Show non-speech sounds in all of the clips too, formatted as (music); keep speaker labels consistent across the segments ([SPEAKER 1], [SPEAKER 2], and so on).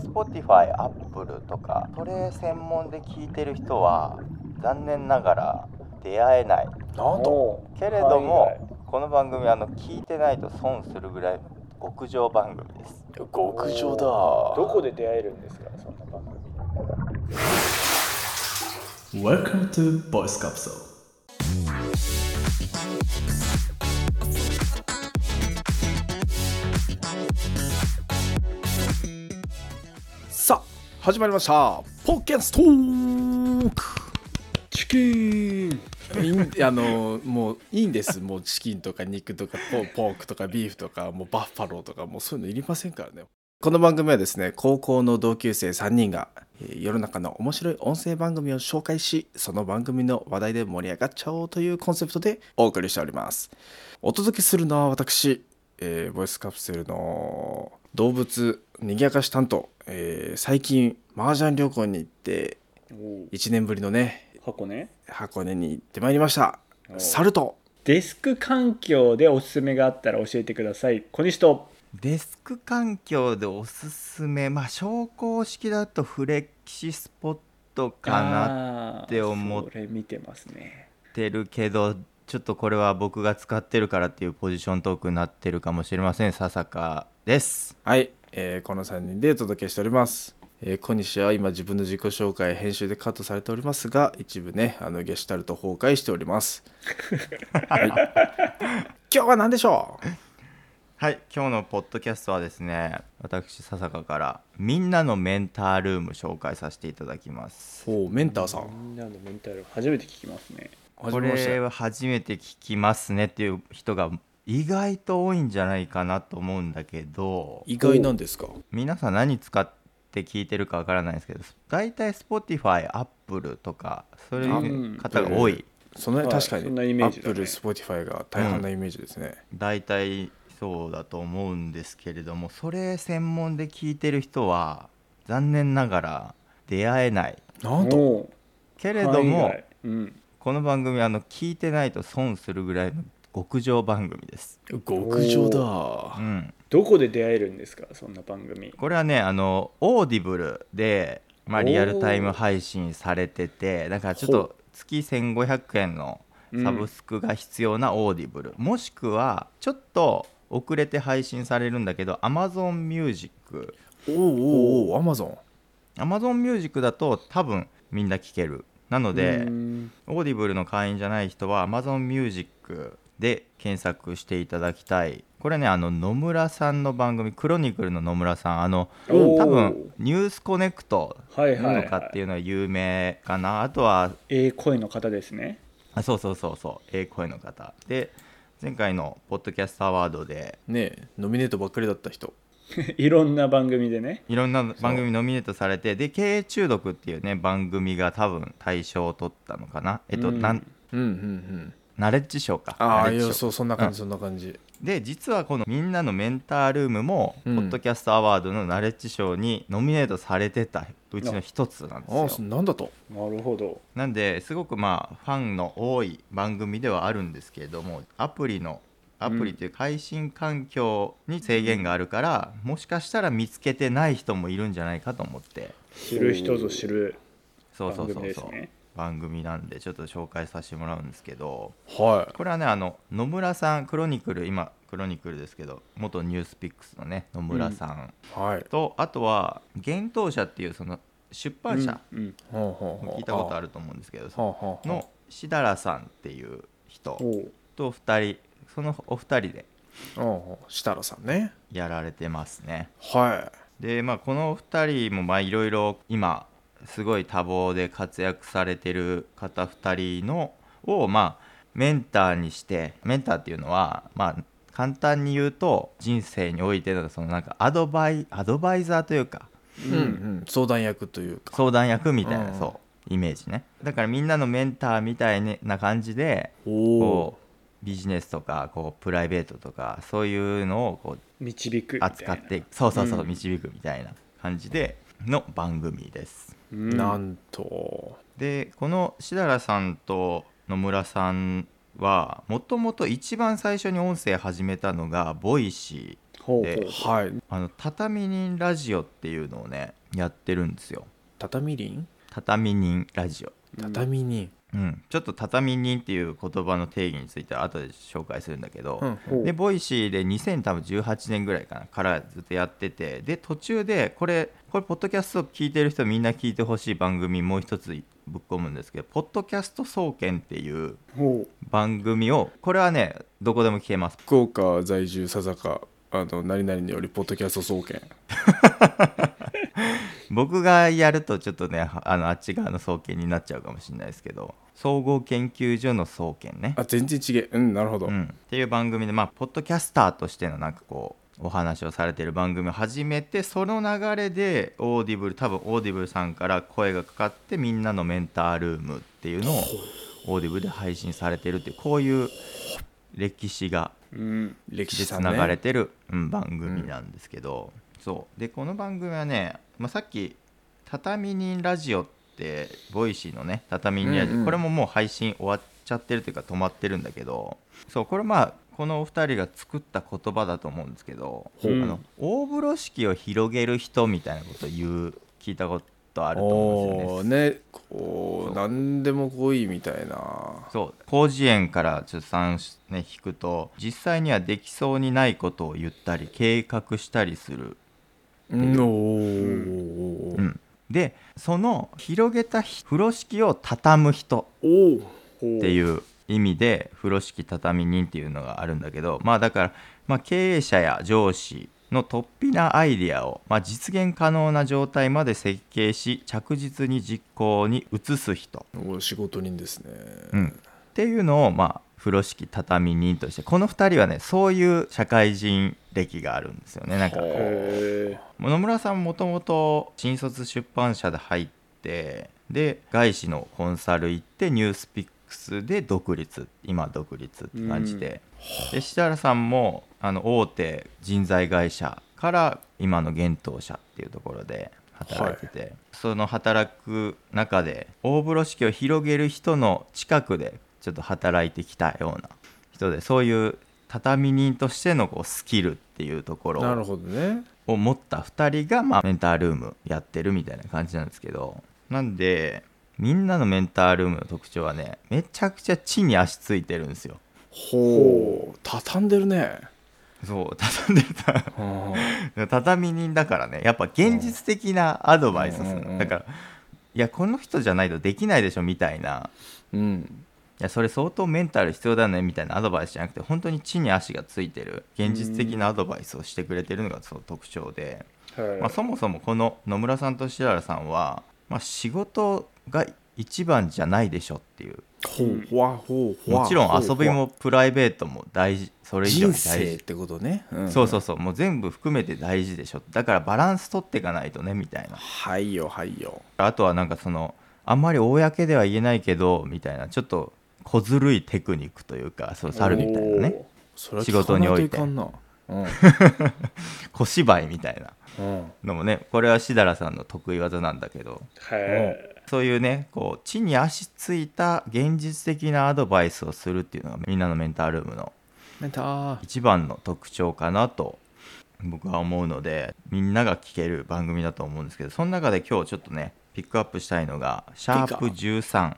[SPEAKER 1] Spotify、Apple とかそれ専門で聞いてる人は残念ながら出会えない
[SPEAKER 2] なんと
[SPEAKER 1] けれども、
[SPEAKER 3] はいはい
[SPEAKER 1] この番組あの聞いてないと損するぐらい極上番組です
[SPEAKER 2] 極上だ
[SPEAKER 3] どこで出会えるんですかそんな番組
[SPEAKER 4] Welcome to Voice Capsule.
[SPEAKER 2] さあ始まりましたポッケンストーク
[SPEAKER 5] チキンいん (laughs) あのもういいんですもうチキンとか肉とかポポークとかビーフとかもうバッファローとかもうそういうのいりませんからねこの番組はですね高校の同級生3人がえー世の中の面白い音声番組を紹介しその番組の話題で盛り上がっちゃおうというコンセプトでお送りしておりますお届けするのは私、えーボイスカプセルの動物にぎやかし担当、えー最近麻雀旅行に行って1年ぶりのね
[SPEAKER 3] 箱ね
[SPEAKER 5] 箱根に行ってまいりました猿と
[SPEAKER 3] デスク環境でおすすめがあったら教えてください小西と
[SPEAKER 1] デスク環境でおすすめまあ昇降式だとフレキシスポットかなっ
[SPEAKER 3] な
[SPEAKER 1] って思っ
[SPEAKER 3] それ見てますね
[SPEAKER 1] てるけどちょっとこれは僕が使ってるからっていうポジショントークになってるかもしれません笹香です
[SPEAKER 5] はい、えーこの3人でお届けしております、えー小西は今自分の自己紹介編集でカットされておりますが一部ねあのゲシュタルト崩壊しており
[SPEAKER 1] (laughs)
[SPEAKER 5] ます、はい、今日は何でしょう
[SPEAKER 1] はい今日のポッドキャストはですね私笹香からみんなのメンタールーム紹介させていただきます
[SPEAKER 5] おーメンターさん
[SPEAKER 3] みんなのメンタル初めて聞きますね
[SPEAKER 5] 始
[SPEAKER 1] こ
[SPEAKER 5] めました
[SPEAKER 1] れ
[SPEAKER 5] よ
[SPEAKER 1] は初めて聞きますねっていう人が意外と多いんじゃないかなと思うんだけど
[SPEAKER 5] 意外なんですか
[SPEAKER 1] 皆さん何使って聞いてるかわからないですけど大体 Spotify、Apple とかそういう方が多い
[SPEAKER 5] その、
[SPEAKER 3] はい
[SPEAKER 5] 確かに
[SPEAKER 3] そんなイメージだね
[SPEAKER 5] Apple、Spotify が大半なイメージですね、
[SPEAKER 1] 大体そうだと思うんですけれどもそれ専門で聞いてる人は残念ながら出会えない
[SPEAKER 5] なんと
[SPEAKER 3] もう
[SPEAKER 1] けれども、
[SPEAKER 3] 範囲外うん、
[SPEAKER 1] この番組あの聞いてないと損するぐらいの極上番組です、
[SPEAKER 5] 極上だ
[SPEAKER 1] うん、
[SPEAKER 3] どこで出会えるんですかそんな番組
[SPEAKER 1] これはねあのオーディブルで、まあ、
[SPEAKER 3] おー
[SPEAKER 1] リアルタイム配信されててだからちょっ
[SPEAKER 5] ほ
[SPEAKER 1] と月1500円のサブスクが必要なオーディブル、もしくはちょっと遅れて配信されるんだけど AmazonMusic
[SPEAKER 5] おーおーおー Amazon
[SPEAKER 1] AmazonMusic だと多分みんな聴けるなので、
[SPEAKER 3] うん
[SPEAKER 1] オーディブルの会員じゃない人は AmazonMusic で検索していただきたいこれねあの野村さんの番組「クロニクル」の野村さんあの
[SPEAKER 3] おー
[SPEAKER 1] 多分「ニュースコネクト」
[SPEAKER 3] はいはい、
[SPEAKER 1] な
[SPEAKER 3] は
[SPEAKER 1] のかってい
[SPEAKER 3] いう
[SPEAKER 1] のは有名かなあとは
[SPEAKER 3] ええ声の方ですね (laughs)
[SPEAKER 1] あそうそうそうそうええ声の方で前回のポッドキャストアワードで
[SPEAKER 5] ねえノミネートばっかりだった人
[SPEAKER 3] いろんな番組でね。
[SPEAKER 1] いろんな番組ノミネートされてで経営中毒っていうね番組が多分大賞を取ったのかなえっと、
[SPEAKER 3] うん
[SPEAKER 1] なん
[SPEAKER 5] うんうんうん
[SPEAKER 1] ナレッジ賞か
[SPEAKER 5] あ
[SPEAKER 1] ナ
[SPEAKER 5] あ
[SPEAKER 1] レ
[SPEAKER 5] い
[SPEAKER 1] ッジ
[SPEAKER 5] や
[SPEAKER 1] 賞
[SPEAKER 5] そうそんな感じそんな感じ
[SPEAKER 1] で実はこの「みんなのメンタールーム」も、
[SPEAKER 5] うん
[SPEAKER 1] ポッドキャストアワードのナレッジ賞にノミネートされてたうちの一つなん
[SPEAKER 5] ああ
[SPEAKER 1] です
[SPEAKER 5] そ
[SPEAKER 1] よ
[SPEAKER 5] なんだと
[SPEAKER 3] なるほど。
[SPEAKER 1] なんですごくまあファンの多い番組ではあるんですけれどもアプリのアプリという配信環境に制限があるから、もしかしたら見つけてない人もいるんじゃないかと思って
[SPEAKER 3] 知る人ぞ知る
[SPEAKER 1] そう
[SPEAKER 3] 番
[SPEAKER 1] そう
[SPEAKER 3] 組
[SPEAKER 1] そう
[SPEAKER 3] です
[SPEAKER 1] そう、
[SPEAKER 3] ね。
[SPEAKER 1] 番組なんでちょっと紹介させてもらうんですけど
[SPEAKER 5] は
[SPEAKER 1] これはねあの野村さんクロニクル今クロニクルですけど元ニュースピックスのね野村さん
[SPEAKER 5] いはい
[SPEAKER 1] と、あとは「幻冬社」っていうその出版社
[SPEAKER 3] うんうん
[SPEAKER 5] ほうほうほう
[SPEAKER 1] 聞いたことあると思うんですけど、そ
[SPEAKER 5] ほうほうほう
[SPEAKER 1] のしだらさんっていう人
[SPEAKER 3] おう
[SPEAKER 1] と2人そのお二人で
[SPEAKER 5] ほうほう設楽さんね
[SPEAKER 1] やられてますね
[SPEAKER 5] は
[SPEAKER 1] でまあこの2人もまあいろいろ今すごい多忙で活躍されてる方2人のをまあメンターにしてメンターっていうのはまあ簡単に言うと人生においてのそのなんかアドバイアドバイザーというか
[SPEAKER 5] い、うんうん、相談役というか
[SPEAKER 1] 相談役みたいな、
[SPEAKER 5] うん
[SPEAKER 1] そうイメージねだからみんなのメンターみたいな感じで
[SPEAKER 5] お
[SPEAKER 1] こうビジネスとかこうプライベートとかそういうのをこう
[SPEAKER 3] 導くみたいな。
[SPEAKER 1] 扱ってそうそうそう、
[SPEAKER 3] うん
[SPEAKER 1] 導くみたいな感じでの番組です
[SPEAKER 3] うん。
[SPEAKER 5] なんと
[SPEAKER 1] でこのしだらさんと野村さんはもともと一番最初に音声始めたのがボイシ
[SPEAKER 3] ほうほ
[SPEAKER 1] で
[SPEAKER 3] う
[SPEAKER 5] はい
[SPEAKER 1] あの畳人ラジオっていうのをねやってるんですよ
[SPEAKER 5] 畳輪
[SPEAKER 1] 畳人ラジオ
[SPEAKER 5] 畳輪
[SPEAKER 1] うん、ちょっと畳人っていう言葉の定義については後で紹介するんだけど、
[SPEAKER 5] うん
[SPEAKER 3] ほう
[SPEAKER 1] でボイシーで2018年ぐらいかなからずっとやっててで途中でこれこれポッドキャスト聞いてる人みんな聞いてほしい番組もう一つぶっ込むんですけど「ポッドキャスト総研」っていう
[SPEAKER 3] ほ
[SPEAKER 1] 番組をこれはねどこでも聞けます
[SPEAKER 5] 福岡在住佐坂あの何々によりポッドキャスト総研
[SPEAKER 1] 僕がやるとちょっとねあのあっち側の総研になっちゃうかもしれないですけど総合研究所の総研ね
[SPEAKER 5] あ全然違えうんなるほど、
[SPEAKER 1] うん、っていう番組で、まあ、ポッドキャスターとしてのなんかこうお話をされてる番組を始めてその流れでオーディブル多分オーディブルさんから声がかかってみんなのメンタールームっていうのをオーディブルで配信されてるっていうこういう歴史が
[SPEAKER 3] う、うん、
[SPEAKER 5] 歴史
[SPEAKER 1] でつ
[SPEAKER 5] さん、ね、
[SPEAKER 1] ながれてる、うん、番組なんですけど、そうでこの番組はね、まあ、さっき「畳人ラジオ」ってボイシーのね「畳人ラジオ」
[SPEAKER 5] うんうん
[SPEAKER 1] これももう配信終わっちゃってるというか止まってるんだけどそうこれまあこのお二人が作った言葉だと思うんですけど、
[SPEAKER 3] ほう
[SPEAKER 1] あの大風呂敷を広げる人みたいなことを言う聞いたことあると思うんですよね
[SPEAKER 5] お。ーねこ
[SPEAKER 1] そう
[SPEAKER 5] う何でも来いみたいな
[SPEAKER 1] そう広辞苑から出産し、ね、引くと実際にはできそうにないことを言ったり計画したりする、
[SPEAKER 5] うんおー
[SPEAKER 1] うん、でその広げたひ風呂敷を畳む人
[SPEAKER 3] おお
[SPEAKER 1] って
[SPEAKER 3] う
[SPEAKER 1] いう意味で風呂敷畳人っていうのがあるんだけどまあだから、まあ、経営者や上司の突飛なアイデアを、まあ、実現可能な状態まで設計し着実に実行に移す人
[SPEAKER 5] お仕事人ですね、
[SPEAKER 1] うん、っていうのをまあ風呂敷畳人としてこの2人はねそういう社会人歴があるんですよねなんか
[SPEAKER 5] は
[SPEAKER 3] へ
[SPEAKER 1] 野村さんもともと新卒出版社で入ってで外資のコンサル行ってニュースピックスで独立今独立って感じで,、で設原さんもあの大手人材会社から今の現当社っていうところで働いてて、その働く中で大風呂敷を広げる人の近くでちょっと働いてきたような人でそういう畳人としてのこうスキルっていうところを
[SPEAKER 5] なるほどね
[SPEAKER 1] を持った2人が、まあ、メンタールームやってるみたいな感じなんですけどなんでみんなのメンタールームの特徴はねめちゃくちゃ地に足ついてるんですよ
[SPEAKER 5] ほう畳んでるね
[SPEAKER 1] そう畳んで
[SPEAKER 5] うん
[SPEAKER 1] た (laughs) 畳人だからねやっぱ現実的なアドバイスをする
[SPEAKER 5] うんうんうん
[SPEAKER 1] だからいやこの人じゃないとできないでしょみたいな
[SPEAKER 5] うん
[SPEAKER 1] いやそれ相当メンタル必要だねみたいなアドバイスじゃなくて本当に地に足がついてる現実的なアドバイスをしてくれてるのがその特徴で
[SPEAKER 3] え
[SPEAKER 1] まあ、そもそもこの野村さんと白原さんは、まあ、仕事が一番じゃないでしょっていう
[SPEAKER 5] ほうほわほうほわ
[SPEAKER 1] もちろん遊びもプライベートも大事それ以上に
[SPEAKER 5] 人
[SPEAKER 1] 大
[SPEAKER 5] 生っ
[SPEAKER 1] 事
[SPEAKER 5] てことね、うん
[SPEAKER 1] そうそうそうもう全部含めて大事でしょだからバランス取っていかないとねみたいな
[SPEAKER 5] はいよはいよ
[SPEAKER 1] あとはなんかそのあんまり公では言えないけどみたいなちょっと小ずるいテクニックというかそう猿みたいなね
[SPEAKER 5] それは
[SPEAKER 1] 仕事において
[SPEAKER 5] 聞かなといかんな
[SPEAKER 1] 小芝居みたいな
[SPEAKER 5] うん、うん
[SPEAKER 1] のもねこれはしだらさんの得意技なんだけど
[SPEAKER 3] へ
[SPEAKER 1] そういうねこう地に足ついた現実的なアドバイスをするっていうのがみんなのメンタールームの
[SPEAKER 5] メンター
[SPEAKER 1] 一番の特徴かなと僕は思うのでみんなが聞ける番組だと思うんですけどその中で今日ちょっとねピックアップしたいのが「シャープ #13」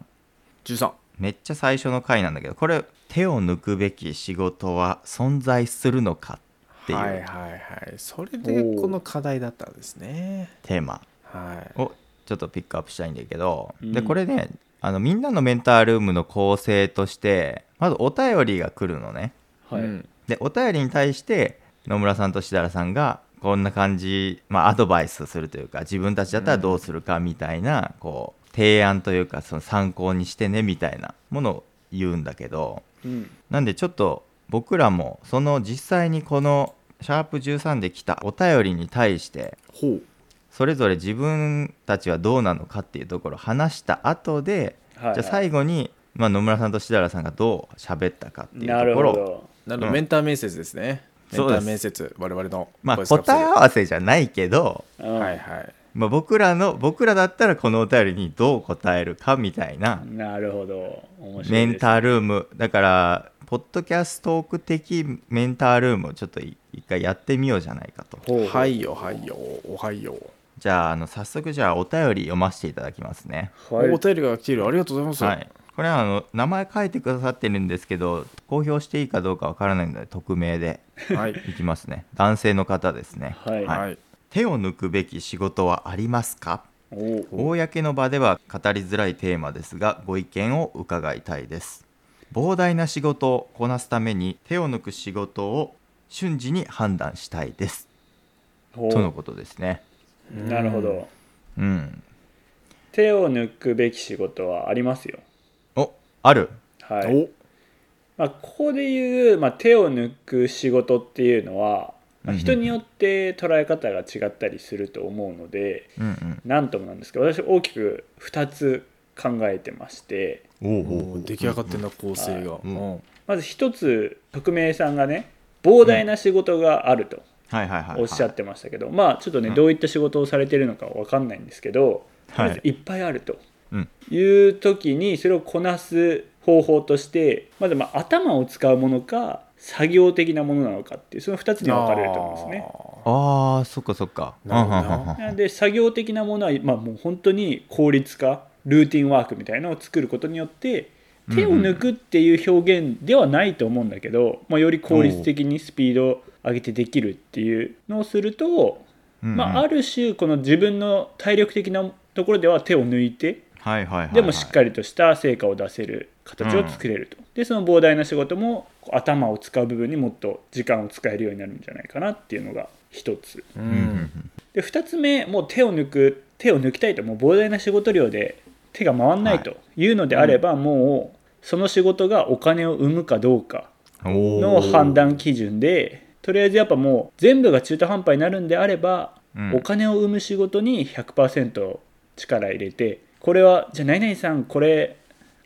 [SPEAKER 5] 13
[SPEAKER 1] めっちゃ最初の回なんだけどこれ「手を抜くべき仕事は存在するのか」ってい
[SPEAKER 5] はいはいうはいそれで
[SPEAKER 3] おー
[SPEAKER 5] この課題だったんですね
[SPEAKER 1] テーマ
[SPEAKER 5] はい
[SPEAKER 1] をちょっとピックアップしたいんだけど、
[SPEAKER 3] うん
[SPEAKER 1] でこれねあのみんなのメンタールームの構成としてまずお便りが来るのね
[SPEAKER 3] えはい、
[SPEAKER 5] うん
[SPEAKER 1] でお便りに対して野村さんと設楽さんがこんな感じ、まあ、アドバイスするというか自分たちだったらどうするかみたいな、こう提案というかその参考にしてねみたいなものを言うんだけど
[SPEAKER 3] うん、
[SPEAKER 1] なんでちょっと僕らもその実際にこの「シャープ #13」で来たお便りに対して
[SPEAKER 5] ほう
[SPEAKER 1] それぞれ自分たちはどうなのかっていうところを話した後で、
[SPEAKER 3] はい
[SPEAKER 1] じゃあ最後に、まあ、野村さんとしだらさんがどう喋ったかっていう
[SPEAKER 3] な
[SPEAKER 1] と
[SPEAKER 3] る
[SPEAKER 1] こ
[SPEAKER 3] ほ
[SPEAKER 1] ろを
[SPEAKER 3] ど
[SPEAKER 5] なるほど
[SPEAKER 1] うん
[SPEAKER 5] メンター面接ですねメ
[SPEAKER 1] そう
[SPEAKER 5] ンタ
[SPEAKER 1] で
[SPEAKER 5] ー
[SPEAKER 1] す
[SPEAKER 5] 面接我々の
[SPEAKER 1] まあ
[SPEAKER 5] ボイスカプセ
[SPEAKER 1] 答え
[SPEAKER 5] ル
[SPEAKER 1] 合わせじゃないけど、
[SPEAKER 3] うん
[SPEAKER 5] はいはい
[SPEAKER 1] まあ、僕らの僕らだったらこのお便りにどう答えるかみたいな
[SPEAKER 3] なるほど面白
[SPEAKER 1] メ
[SPEAKER 3] い
[SPEAKER 1] ン
[SPEAKER 3] です
[SPEAKER 1] タールームだからポッドキャストトーク的メンタールームをちょっとい一回やってみようじゃないかと
[SPEAKER 5] はいよはいよおはいよ
[SPEAKER 1] じゃああの早速じゃあお便り読ませていただきますね
[SPEAKER 3] はい
[SPEAKER 5] お便りが来ているありがとうございます、
[SPEAKER 1] はいこれはあの名前書いてくださってるんですけど公表していいかどうかわからないので匿名で
[SPEAKER 5] はい
[SPEAKER 1] いきますね男性の方ですね
[SPEAKER 3] はい
[SPEAKER 5] はい
[SPEAKER 1] 手を抜くべき仕事はありますか
[SPEAKER 3] おお
[SPEAKER 1] 公の場では語りづらいテーマですがご意見を伺いたいです膨大な仕事をこなすために手を抜く仕事を瞬時に判断したいです
[SPEAKER 3] お
[SPEAKER 1] とのことですね
[SPEAKER 3] なるほど
[SPEAKER 1] うん
[SPEAKER 3] 手を抜くべき仕事はありますよ
[SPEAKER 1] おある
[SPEAKER 3] はい、まあ、ここで言う、まあ、手を抜く仕事っていうのは、
[SPEAKER 1] うんう
[SPEAKER 3] まあ、
[SPEAKER 1] ん
[SPEAKER 3] 人によって捉え方が違ったりすると思うので
[SPEAKER 1] うん
[SPEAKER 3] 何ともなんですけど私大きく2つ考えてまして
[SPEAKER 1] うんおう
[SPEAKER 5] おお出来上がってんな構成が、
[SPEAKER 1] うん
[SPEAKER 5] うん
[SPEAKER 3] まず1つ匿名さんがね膨大な仕事があると
[SPEAKER 1] はいはいはい、はい、
[SPEAKER 3] おっしゃっててましたけど、まあちょっとね、
[SPEAKER 1] うん
[SPEAKER 3] どういった仕事をされてるのかわかんないんですけど、とりあえず
[SPEAKER 1] はい
[SPEAKER 3] いっぱいあると
[SPEAKER 1] うん
[SPEAKER 3] いう時にそれをこなす方法としてまずまあ頭を使うものか作業的なものなのかっていうその2つに分かれると思うんですね。
[SPEAKER 1] あーそっかそっか
[SPEAKER 5] なるほどな
[SPEAKER 1] うんうんうんうん
[SPEAKER 3] なので作業的なものは、まあ、もう本当に効率化ルーティンワークみたいなのを作ることによって手を抜くっていう表現ではないと思うんだけど、まあ、より効率的にスピードを上げてできるっていうのをすると、
[SPEAKER 1] うんうん
[SPEAKER 3] まあ、ある種この自分の体力的なところでは手を抜いて
[SPEAKER 1] はいはいはいはい
[SPEAKER 3] でもしっかりとした成果を出せる形を作れると、でその膨大な仕事もこう頭を使う部分にもっと時間を使えるようになるんじゃないかなっていうのが一つ
[SPEAKER 1] う
[SPEAKER 5] う
[SPEAKER 1] んうんうんん
[SPEAKER 3] で2つ目もう手を抜く手を抜きたいともう膨大な仕事量で手が回んないというのであれば、もうその仕事がお金を生むかどうか
[SPEAKER 1] おー
[SPEAKER 3] の判断基準でとりあえずやっぱもう全部が中途半端になるんであれば、
[SPEAKER 1] うん
[SPEAKER 3] お金を生む仕事に100%力入れてこれはじゃあ何々さんこれ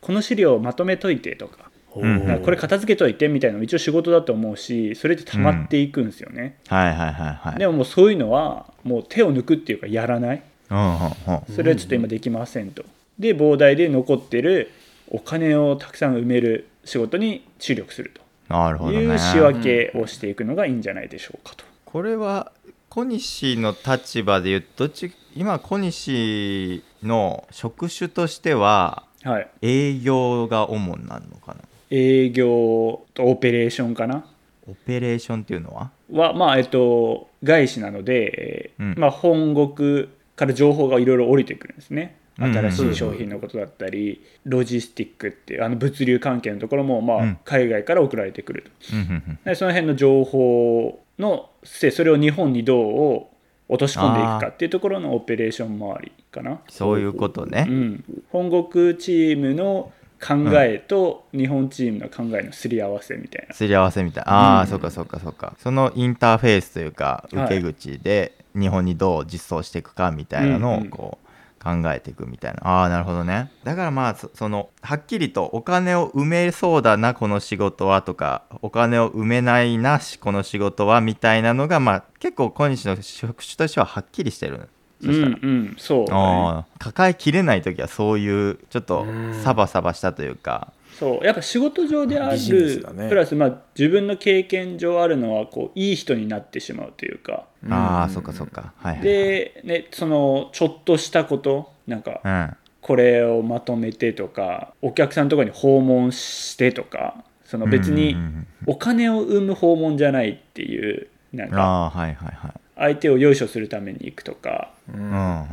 [SPEAKER 3] この資料をまとめといてとか
[SPEAKER 1] うん
[SPEAKER 3] これ片付けといてみたいなのも一応仕事だと思うしそれって溜まっていくんですよね、
[SPEAKER 1] はいはいはいはい
[SPEAKER 3] でももうそういうのはもう手を抜くっていうかやらない
[SPEAKER 1] うんうんうん
[SPEAKER 3] それはちょっと今できませんと、で膨大で残ってるお金をたくさん埋める仕事に注力すると
[SPEAKER 1] なるほどね
[SPEAKER 3] いう仕分けをしていくのがいいんじゃないでしょうかと。
[SPEAKER 1] これは小西の立場で言うとどっち今小西の職種としては
[SPEAKER 3] はい、
[SPEAKER 1] 営業が主になるのかな
[SPEAKER 3] 営業とオペレーションかな
[SPEAKER 1] オペレーションっていうのは
[SPEAKER 3] は、まあえっと、外資なので、えー
[SPEAKER 1] うん
[SPEAKER 3] まあ、本国から情報がいろいろ降りてくるんですね。
[SPEAKER 1] うんうん
[SPEAKER 3] 新しい商品のことだったり、ロジスティックっていうあの物流関係のところも、ま
[SPEAKER 1] う
[SPEAKER 3] あ
[SPEAKER 1] ん、
[SPEAKER 3] 海外から送られてくると。
[SPEAKER 1] うんうん
[SPEAKER 3] でその辺の情報のせそれを日本にどう落とし込んでいくかっていうところのオペレーション周りかな、
[SPEAKER 1] そういうこと
[SPEAKER 3] う
[SPEAKER 1] ね
[SPEAKER 3] ん、本国チームの考えと日本チームの考えのすり合わせみたいな、
[SPEAKER 1] すり合わせみたいああ、
[SPEAKER 3] うん
[SPEAKER 1] そっかそっかそっかそのインターフェースというか
[SPEAKER 3] はい
[SPEAKER 1] 受け口で日本にどう実装していくかみたいなの
[SPEAKER 3] う
[SPEAKER 1] を
[SPEAKER 3] んうん
[SPEAKER 1] こう考えていくみたいな、ああなるほどねだからまあそそのはっきりとお金を埋めそうだなこの仕事はとかお金を埋めないなしこの仕事はみたいなのがまあ結構小西の職種としてははっきりしてるそしたら、
[SPEAKER 3] うんうんそうだね
[SPEAKER 1] あー抱えきれない時はそういうちょっとサバサバしたというか
[SPEAKER 3] そうやっぱ仕事上であ
[SPEAKER 5] ビジネス
[SPEAKER 3] る、
[SPEAKER 5] だね
[SPEAKER 3] プラスまあ自分の経験上あるのはこういい人になってしまうというか
[SPEAKER 1] ああそっかそっかはいはいはい、
[SPEAKER 3] で、ね、そのちょっとしたことなんか
[SPEAKER 1] うん、
[SPEAKER 3] これをまとめてとかお客さんとかに訪問してとかその別に
[SPEAKER 1] うんうんうん
[SPEAKER 3] お金を生む訪問じゃないっていうなんか
[SPEAKER 1] ああはいはいはい
[SPEAKER 3] 相手をよいしょするために行くとか
[SPEAKER 1] うんうんうん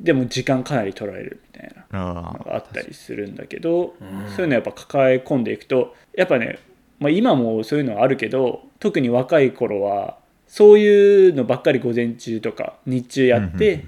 [SPEAKER 3] でも時間かなり取られるみたいな
[SPEAKER 1] あ
[SPEAKER 3] のがあったりするんだけどそういうのやっぱ抱え込んでいくとやっぱね、まあ、今もそういうのはあるけど特に若い頃はそういうのばっかり午前中とか日中やって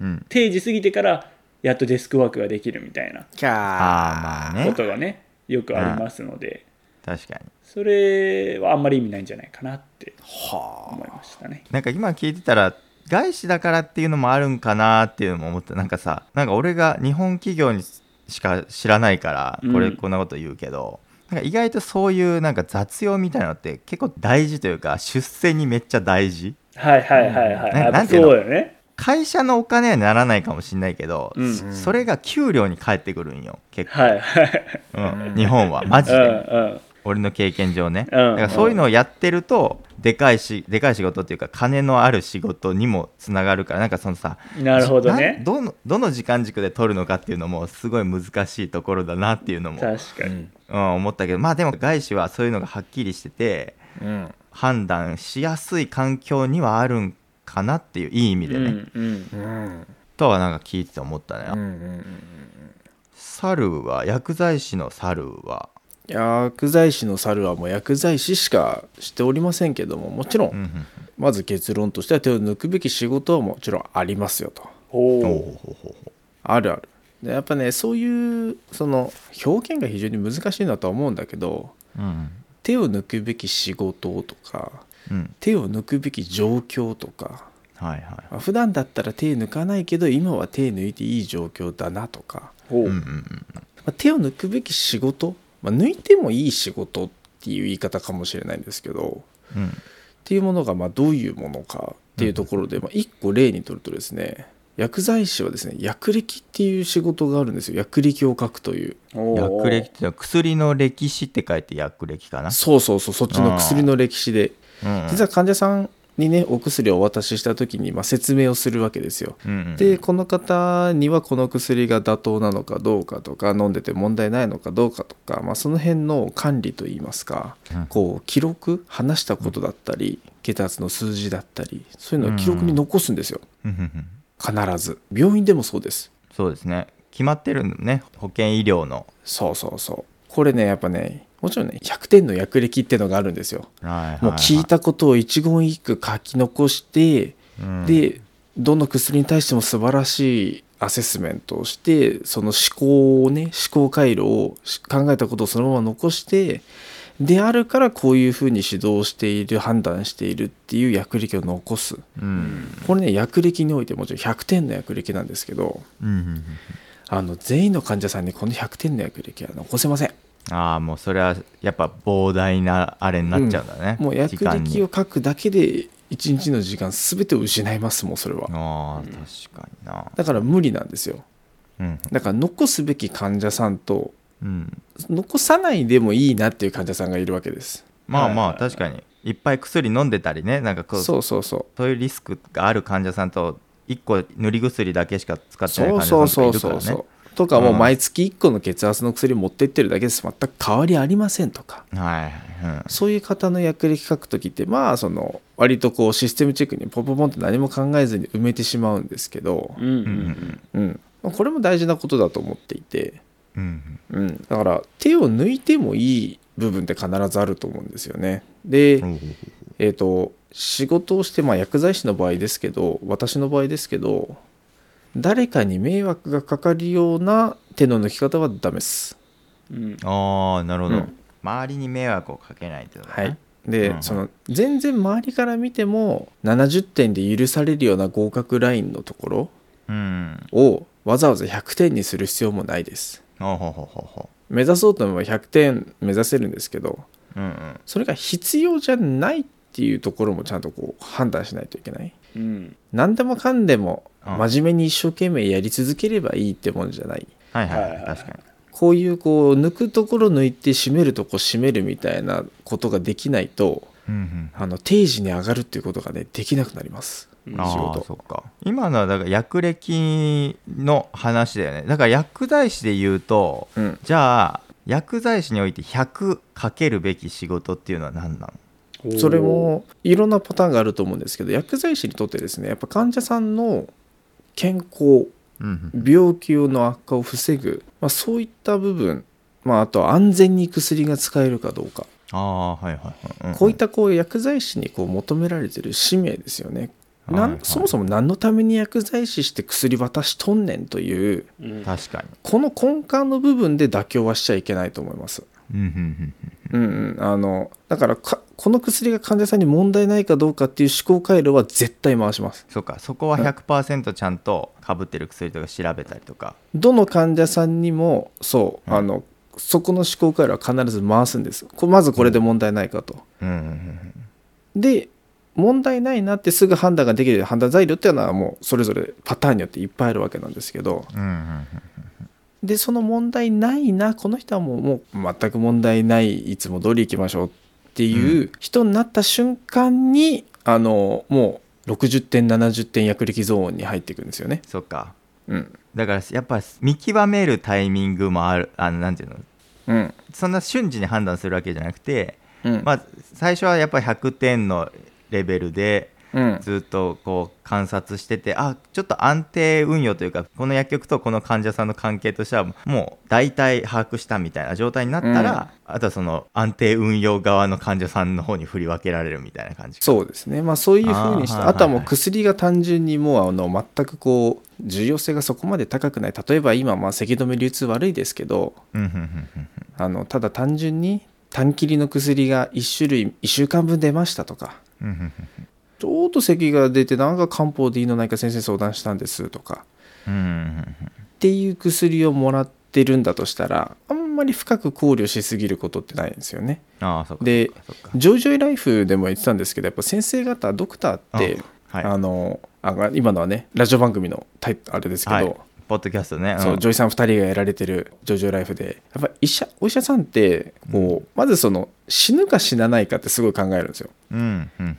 [SPEAKER 1] ーうん
[SPEAKER 3] 定時過ぎてからやっとデスクワークができるみたいな
[SPEAKER 5] キャー
[SPEAKER 1] あーまあ
[SPEAKER 3] こ
[SPEAKER 1] ね
[SPEAKER 3] とがねよくありますので
[SPEAKER 1] 確かに
[SPEAKER 3] それはあんまり意味ないんじゃないかなって
[SPEAKER 5] は
[SPEAKER 3] 思いましたね。
[SPEAKER 1] なんか今聞いてたら外資だからっていうのもあるんかなっていうのも思ったなんかさなんか俺が日本企業にしか知らないから
[SPEAKER 3] うん
[SPEAKER 1] これこんなこと言うけど、なんか意外とそういうなんか雑用みたいなのって結構大事というか出世にめっちゃ大事
[SPEAKER 3] はいはいはいはい。
[SPEAKER 1] ね
[SPEAKER 3] やっぱ
[SPEAKER 1] なんて
[SPEAKER 3] そ
[SPEAKER 1] いううの
[SPEAKER 3] だよね。
[SPEAKER 1] 会社のお金にはならないかもしれないけど、
[SPEAKER 3] うん
[SPEAKER 1] そそれが給料に返ってくるんよ結構、
[SPEAKER 3] はいはい。
[SPEAKER 1] うん日本はマジ
[SPEAKER 3] うん
[SPEAKER 1] で、
[SPEAKER 3] うん。
[SPEAKER 1] 俺の経験上ね、
[SPEAKER 3] う
[SPEAKER 1] だ
[SPEAKER 3] ん
[SPEAKER 1] からそういうのをやってるとでかいしでかい仕事っていうか金のある仕事にもつながるからなんかそのさ
[SPEAKER 3] なるほど
[SPEAKER 1] な
[SPEAKER 3] ね
[SPEAKER 1] どのどの時間軸で取るのかっていうのもすごい難しいところだなっていうのも、
[SPEAKER 3] 確かに、
[SPEAKER 1] うん、思ったけどまあでも外資はそういうのがはっきりしてて
[SPEAKER 5] うん
[SPEAKER 1] 判断しやすい環境にはあるんかなっていういい意味でね、
[SPEAKER 3] うんうん
[SPEAKER 5] うん
[SPEAKER 1] とはなんか聞いてて思ったね、
[SPEAKER 5] うんうん
[SPEAKER 1] サルは薬剤師のサルは、
[SPEAKER 5] 薬剤師の猿はもう薬剤師しかしておりませんけどももちろ
[SPEAKER 1] うんん
[SPEAKER 5] まず結論としては手を抜くべき仕事はもちろんありますよと
[SPEAKER 3] お
[SPEAKER 1] うん、おう
[SPEAKER 3] お
[SPEAKER 1] ほうほうほ
[SPEAKER 5] あるあるでやっぱねそういうその表現が非常に難しいなとは思うんだけど
[SPEAKER 1] ううん
[SPEAKER 5] 手を抜くべき仕事とか
[SPEAKER 1] うん
[SPEAKER 5] 手を抜くべき状況とか
[SPEAKER 1] はいは
[SPEAKER 5] まあ普段だったら手抜かないけど今は手抜いていい状況だなとか、
[SPEAKER 1] い、
[SPEAKER 3] お
[SPEAKER 1] うんうんうん、
[SPEAKER 5] まあ手を抜くべき仕事、まあ抜いてもいい仕事っていう言い方かもしれないんですけど
[SPEAKER 1] うん
[SPEAKER 5] っていうものがまあどういうものかっていうところで、まあ、一個例にとるとですね薬剤師はですね薬歴っていう仕事があるんですよ薬歴を書くという
[SPEAKER 3] お
[SPEAKER 1] 薬歴っていうのは薬の歴史って書いて薬歴かな、
[SPEAKER 5] そうそうそうそっちの薬の歴史で
[SPEAKER 1] うんうん、
[SPEAKER 5] 実は患者さんにねお薬をお渡しした時にまあ説明をするわけですよ
[SPEAKER 1] うんうん、
[SPEAKER 5] でこの方にはこの薬が妥当なのかどうかとか飲んでて問題ないのかどうかとか、まあ、その辺の管理といいますか、
[SPEAKER 1] うん
[SPEAKER 5] こう記録話したことだったり血圧の数字だったりそういうのを記録に残すんですよ、
[SPEAKER 1] うんうんうん
[SPEAKER 5] 必ず病院でもそうです
[SPEAKER 1] そうですね決まってるのね保険医療の
[SPEAKER 5] そうそうそうこれねやっぱねもちろんね100点の薬歴ってのがあるんですよ
[SPEAKER 1] はいはいはい
[SPEAKER 5] もう聞いたことを一言一句書き残して
[SPEAKER 1] うん
[SPEAKER 5] でどの薬に対しても素晴らしいアセスメントをしてその思考をね思考回路をし考えたことをそのまま残してであるからこういうふうに指導している判断しているっていう薬歴を残す
[SPEAKER 1] うん
[SPEAKER 5] これね薬歴においてもちろん100点の薬歴なんですけど
[SPEAKER 1] うんうんうん
[SPEAKER 5] あの全員の患者さんにこの100点の薬歴は残せません
[SPEAKER 1] ああもうそれはやっぱ膨大なあれになっちゃうんだね、
[SPEAKER 5] もう
[SPEAKER 1] 時
[SPEAKER 5] 薬
[SPEAKER 1] 間に
[SPEAKER 5] 歴を書くだけで1日の時間全てを失いますもんそれは
[SPEAKER 1] あー確かにな
[SPEAKER 5] だから無理なんですよ
[SPEAKER 1] うん
[SPEAKER 5] だから残すべき患者さんと
[SPEAKER 1] うん
[SPEAKER 5] 残さないでもいいなっていう患者さんがいるわけです
[SPEAKER 1] まあま
[SPEAKER 3] は
[SPEAKER 1] あ
[SPEAKER 3] いはいはい
[SPEAKER 1] 確かにいっぱい薬飲んでたりねなんかこう
[SPEAKER 5] そうそうそ
[SPEAKER 1] そういうリスクがある患者さんと1個塗り薬だけしか使
[SPEAKER 5] う
[SPEAKER 1] ってない
[SPEAKER 5] そう
[SPEAKER 1] 患
[SPEAKER 5] そ
[SPEAKER 1] 者
[SPEAKER 5] う
[SPEAKER 1] さん
[SPEAKER 5] そ
[SPEAKER 1] とか
[SPEAKER 5] う
[SPEAKER 1] い
[SPEAKER 5] そう
[SPEAKER 1] るからね
[SPEAKER 5] とかもううん毎月1個の血圧の薬持ってってるだけです全く変わりありませんとか
[SPEAKER 1] はいうん
[SPEAKER 5] そういう方の薬歴書く時ってまあその割とこうシステムチェックにポンポンポンって何も考えずに埋めてしまうんですけど
[SPEAKER 3] うんうん
[SPEAKER 1] うん
[SPEAKER 5] うんこれも大事なことだと思っていて
[SPEAKER 1] うんうん
[SPEAKER 5] うんだから手を抜いてもいい部分って必ずあると思うんですよねで、
[SPEAKER 1] うん
[SPEAKER 5] えー、と仕事をして、まあ、薬剤師の場合ですけど私の場合ですけど誰かに迷惑がかかるような手の抜き方はダメです。
[SPEAKER 3] うん
[SPEAKER 1] ああなるほど、
[SPEAKER 5] うん
[SPEAKER 1] 周りに迷惑をかけないってこと
[SPEAKER 5] は
[SPEAKER 1] ね
[SPEAKER 5] い、で、
[SPEAKER 1] うん
[SPEAKER 5] その全然周りから見ても70点で許されるような合格ラインのところ
[SPEAKER 1] うん
[SPEAKER 5] をわざわざ100点にする必要もないです。
[SPEAKER 1] ほうほうほうほうほ
[SPEAKER 5] 目指そうと思えば100点目指せるんですけど
[SPEAKER 1] ううんうん
[SPEAKER 5] それが必要じゃないっていうところもちゃんとこう判断しないといけない。
[SPEAKER 3] うん
[SPEAKER 5] 何でもかんでも
[SPEAKER 1] うん
[SPEAKER 5] 真面目に一生懸命やり続ければいいってもんじゃない
[SPEAKER 1] はいはい、
[SPEAKER 3] はいはいはい
[SPEAKER 1] 確かに
[SPEAKER 5] こういうこう抜くところ抜いて締めるとこ締めるみたいなことができないと
[SPEAKER 1] うん
[SPEAKER 5] あの定時に上がるっていうことがねできなくなります
[SPEAKER 3] う
[SPEAKER 1] うんん、あ
[SPEAKER 5] 仕
[SPEAKER 1] あ
[SPEAKER 5] 事
[SPEAKER 1] ーそっか今のはだから薬歴の話だよねだから薬剤師で言うと
[SPEAKER 5] うん
[SPEAKER 1] じゃあ薬剤師において100かけるべき仕事っていうのは何なの
[SPEAKER 5] それもいろんなパターンがあると思うんですけど薬剤師にとってですねやっぱ患者さんの健康
[SPEAKER 1] うん
[SPEAKER 5] 病気の悪化を防ぐ、まあ、そういった部分、まあ、あとは安全に薬が使えるかどうか
[SPEAKER 1] ああはいはいはい、ん
[SPEAKER 5] こういったこう薬剤師にこう求められてる使命ですよね。なん
[SPEAKER 1] はいはい
[SPEAKER 5] そもそも何のために薬剤師して薬渡しとんねんという
[SPEAKER 3] うん
[SPEAKER 1] 確か
[SPEAKER 5] この根幹の部分で妥協はしちゃいけないと思います。
[SPEAKER 1] にうんうん
[SPEAKER 5] うんうん、あのだからかこの薬が患者さんに問題ないかどうかっていう思考回路は絶対回します。
[SPEAKER 1] そっかそこは100%ちゃんとかぶってる薬とか調べたりとか
[SPEAKER 5] どの患者さんにもそう、
[SPEAKER 1] うん
[SPEAKER 5] あのそこの思考回路は必ず回すんです。こまずこれで問題ないかと。
[SPEAKER 1] うんうんうん
[SPEAKER 5] で問題ないなってすぐ判断ができる判断材料っていうのはもうそれぞれパターンによっていっぱいあるわけなんですけど
[SPEAKER 1] うんうんうん
[SPEAKER 5] でその問題ないなこの人はもうもう全く問題ないいつも通り行きましょうっていう人になった瞬間に、あのもう60点70点薬力ゾーンに入っていくんですよね。
[SPEAKER 1] そっか
[SPEAKER 5] うん
[SPEAKER 1] だからやっぱ見極めるタイミングもあるあのなんていうの
[SPEAKER 5] うん
[SPEAKER 1] そんな瞬時に判断するわけじゃなくて、
[SPEAKER 5] うん
[SPEAKER 1] まあ、最初はやっぱり100点のレベルで
[SPEAKER 5] うん
[SPEAKER 1] ずっとこう観察しててあちょっと安定運用というかこの薬局とこの患者さんの関係としてはもう大体把握したみたいな状態になったら、あとはその安定運用側の患者さんの方に振り分けられるみたいな感じ
[SPEAKER 5] そうですね、まあ、そういうふうにして
[SPEAKER 1] あ
[SPEAKER 5] あ,、
[SPEAKER 1] ー
[SPEAKER 5] とはも
[SPEAKER 1] はいは
[SPEAKER 5] う
[SPEAKER 1] い
[SPEAKER 5] 薬が単純にもうあの全くこう重要性がそこまで高くない例えば今まあ咳止め流通悪いですけど
[SPEAKER 1] うんうんうんうん
[SPEAKER 5] あのただ単純に短切りの薬が1種類1週間分出ましたとか
[SPEAKER 1] うんうんうん
[SPEAKER 5] ちょっと咳が出てなんか漢方でいいのないか先生に相談したんですとか
[SPEAKER 1] うんうん
[SPEAKER 5] っていう薬をもらってるんだとしたらあんまり深く考慮しすぎることってないんですよね。
[SPEAKER 1] うんああそっか
[SPEAKER 5] で
[SPEAKER 1] そっかそっか
[SPEAKER 5] ジョイジョイライフでも言ってたんですけどやっぱ先生方ドクターって
[SPEAKER 1] あはい
[SPEAKER 5] あのあが今のはねラジオ番組のタイあれですけど、
[SPEAKER 1] はいポッドキャストね
[SPEAKER 5] そうジ
[SPEAKER 1] イ
[SPEAKER 5] ョイさん2人がやられてるジョイジョイライフでやっぱ医者お医者さんってこうまずその死ぬか死なないかってすごい考えるんですよ。
[SPEAKER 1] うんうんうん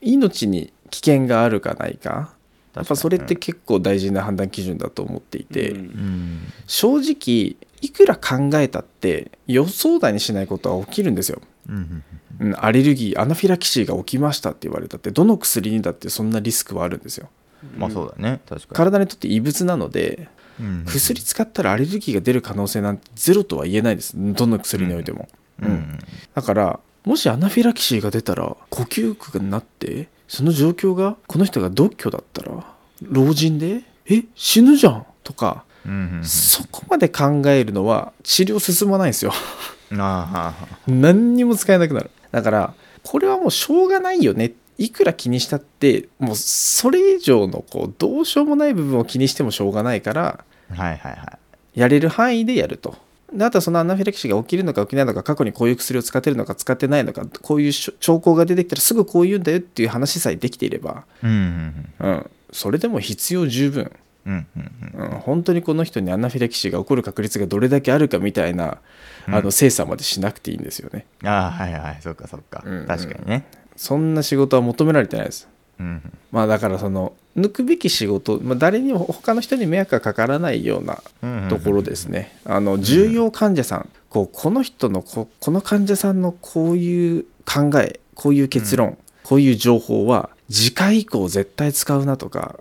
[SPEAKER 5] 命に危険があるかないかやっぱそれっ
[SPEAKER 1] 確
[SPEAKER 5] て結構大事な判断基準だと思っていて、
[SPEAKER 3] うん
[SPEAKER 1] うん
[SPEAKER 5] 正直いくら考えたって予想だにしないことは起きるんですよ。
[SPEAKER 1] うんうん
[SPEAKER 5] うんアレルギーアナフィラキシーが起きましたって言われたってどの薬にだってそんなリスクはあるんですよ
[SPEAKER 1] うんまあそうだね確かに
[SPEAKER 5] 体にとって異物なので
[SPEAKER 1] うん
[SPEAKER 5] 薬使ったらアレルギーが出る可能性なんてゼロとは言えないですどの薬においても、
[SPEAKER 1] うんうん
[SPEAKER 5] だからもしアナフィラキシーが出たら呼吸苦になってその状況がこの人が独居だったら老人でえ死ぬじゃんとか、
[SPEAKER 1] うん
[SPEAKER 5] そこまで考えるのは治療進まないんですよ (laughs)
[SPEAKER 1] うんああはあはあ
[SPEAKER 5] 何にも使えなくなるだからこれはもうしょうがないよねいくら気にしたってもうそれ以上のこうどうしようもない部分を気にしてもしょうがないから
[SPEAKER 1] はいはいはい
[SPEAKER 5] やれる範囲でやると。であとはそのアナフィラキシーが起きるのか起きないのか過去にこういう薬を使ってるのか使ってないのかこういうしょ兆候が出てきたらすぐこう言うんだよっていう話さえできていれば、
[SPEAKER 1] うんうん
[SPEAKER 5] うん、それでも必要十分、
[SPEAKER 1] うんうんうん
[SPEAKER 5] うん、本当にこの人にアナフィラキシーが起こる確率がどれだけあるかみたいな、あの精査までしなくていいんですよね
[SPEAKER 1] うんああはいはいそっかそっか、
[SPEAKER 5] うんうん
[SPEAKER 1] 確かにね
[SPEAKER 5] そんな仕事は求められてないです
[SPEAKER 1] うん
[SPEAKER 5] まあだからその抜くべき仕事、まあ、誰にも他の人に迷惑がかからないような
[SPEAKER 1] うん
[SPEAKER 5] ところですね、あの重要患者さん、こうこの人のここの患者さんのこういう考えこういう結論、こういう情報は次回以降絶対使うなとか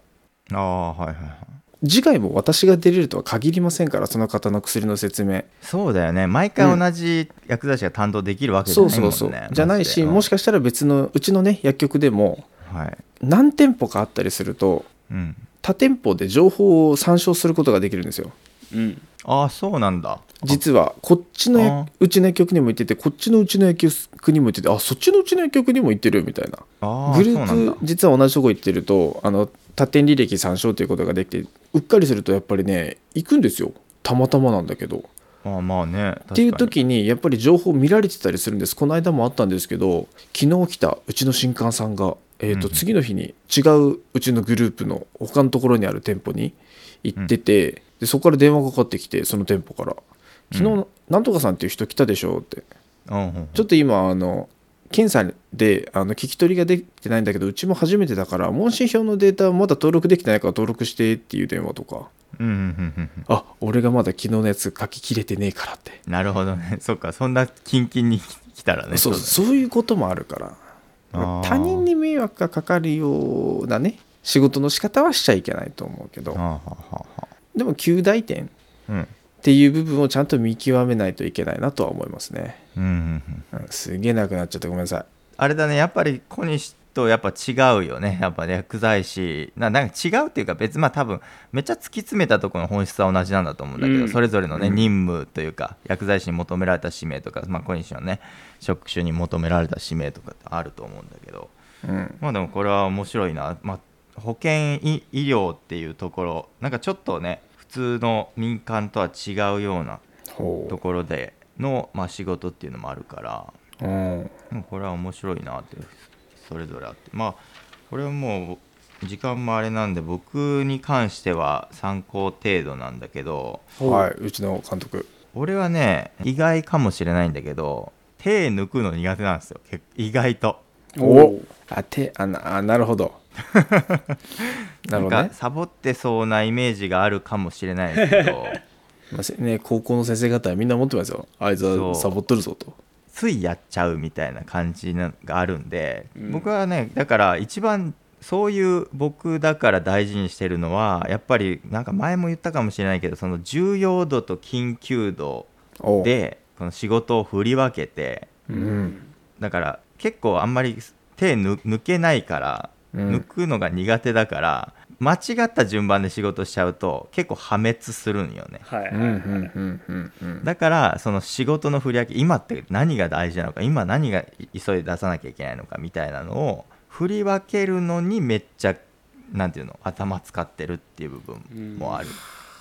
[SPEAKER 1] ああはいはいはい
[SPEAKER 5] 次回も私が出れるとは限りませんからその方の薬の説明
[SPEAKER 1] そうだよね毎回同じ薬剤師が担当できるわけじゃ
[SPEAKER 5] そ
[SPEAKER 1] ない
[SPEAKER 5] う
[SPEAKER 1] もん
[SPEAKER 5] そ
[SPEAKER 1] ね
[SPEAKER 5] うそう、じゃないし、もしかしたら別のうちのね薬局でも
[SPEAKER 1] かはい
[SPEAKER 5] 何店舗かあったりすると
[SPEAKER 1] うん
[SPEAKER 5] 他店舗で情報を参照することができるんですよ
[SPEAKER 3] うん
[SPEAKER 1] ああそうなんだ
[SPEAKER 5] 実はこっちのや
[SPEAKER 1] あ
[SPEAKER 5] うちの薬局にも行っててこっちのうちの薬局にも行っててあそっちのうちの薬局にも行ってるみたいな
[SPEAKER 1] ああ
[SPEAKER 5] グル
[SPEAKER 1] そうなんだ
[SPEAKER 5] ープ実は同じとこ行ってるとあの他店履歴参照ということができてうっかりするとやっぱりね行くんですよたまたまなんだけどっ
[SPEAKER 1] まあまあねって
[SPEAKER 5] いう時にやっぱり情報見られてたりするんですこの間もあったんですけど昨日来たうちの新刊さんが、えーと
[SPEAKER 1] うん
[SPEAKER 5] 次の日に違ううちのグループの他のところにある店舗に行ってて、でそこから電話かかってきてその店舗から「昨日、なんとかさんっていう人来たでしょ」って
[SPEAKER 1] うんうん
[SPEAKER 5] ちょっと今あの検査であの聞き取りができてないんだけどうちも初めてだから問診票のデータまだ登録できてないから登録してっていう電話とか
[SPEAKER 1] うんうんうんうん
[SPEAKER 5] あ俺がまだ昨日のやつ書ききれてねえからって、
[SPEAKER 1] なるほどね (laughs) そっかそんなキンキンに来たらね
[SPEAKER 5] そうそういうこともあるから
[SPEAKER 1] あー
[SPEAKER 5] 他人に迷惑がかかるようなね仕事の仕方はしちゃいけないと思うけ
[SPEAKER 1] あ
[SPEAKER 5] ど
[SPEAKER 1] あはあはあはあ
[SPEAKER 5] でも及第点っ
[SPEAKER 1] うん
[SPEAKER 5] ていう部分をちゃんと見極めないといけないなとは思いますね、
[SPEAKER 1] うんうんうん
[SPEAKER 5] うん、すげえなくなっちゃってごめんなさ
[SPEAKER 1] あれだねやっぱり小西とやっぱ違うよねやっぱね薬剤師ななんか違うっていうか別にまあ多分めっちゃ突き詰めたところの本質は同じなんだと思うんだけど、
[SPEAKER 3] うん
[SPEAKER 1] それぞれのね、任務というか薬剤師に求められた使命とか、まあ、小西のね職種に求められた使命とかってあると思うんだけど
[SPEAKER 5] い、うん、
[SPEAKER 1] まあでもこれは面白いな、まあ、保険医医療っていうところなんかちょっとね普通の民間とは違うような
[SPEAKER 5] ほ
[SPEAKER 1] ところでの、まあ、仕事っていうのもあるから
[SPEAKER 5] う、うん、
[SPEAKER 1] でもこれは面白いなってそれぞれあってまあこれはもう時間もあれなんで僕に関しては参考程度なんだけど
[SPEAKER 5] はい、うちの監督。
[SPEAKER 1] 俺はね意外かもしれないんだけど手抜くの苦手なんですよ結意外と
[SPEAKER 5] おあ、手、あ、なあなる
[SPEAKER 1] (laughs)
[SPEAKER 5] ほど。なるほど
[SPEAKER 1] なんか。
[SPEAKER 5] ね
[SPEAKER 1] サボってそうなイメージがあるかもしれないですけど
[SPEAKER 5] まあせね、高校の先生方はみんな思ってますよ。あいつ
[SPEAKER 1] そう
[SPEAKER 5] はサボっとるぞと。
[SPEAKER 1] ついやっちゃうみたいな感じながあるんで、僕はねだから一番そういう僕だから大事にしてるのはやっぱりなんか前も言ったかもしれないけどその重要度と緊急度
[SPEAKER 5] おう、
[SPEAKER 1] でこの仕事を振り分けて
[SPEAKER 5] うん、
[SPEAKER 1] だから結構あんまり手抜抜けないから、
[SPEAKER 5] うん
[SPEAKER 1] 抜くのが苦手だから間違った順番で仕事しちゃうと結構破滅するんよね
[SPEAKER 3] はいはい
[SPEAKER 5] うん、うん、うん、うん、うん。
[SPEAKER 1] だからその仕事の振り分け今って何が大事なのか今何が急いで出さなきゃいけないのかみたいなのを振り分けるのにめっちゃなんていうの頭使ってるっていう部分もある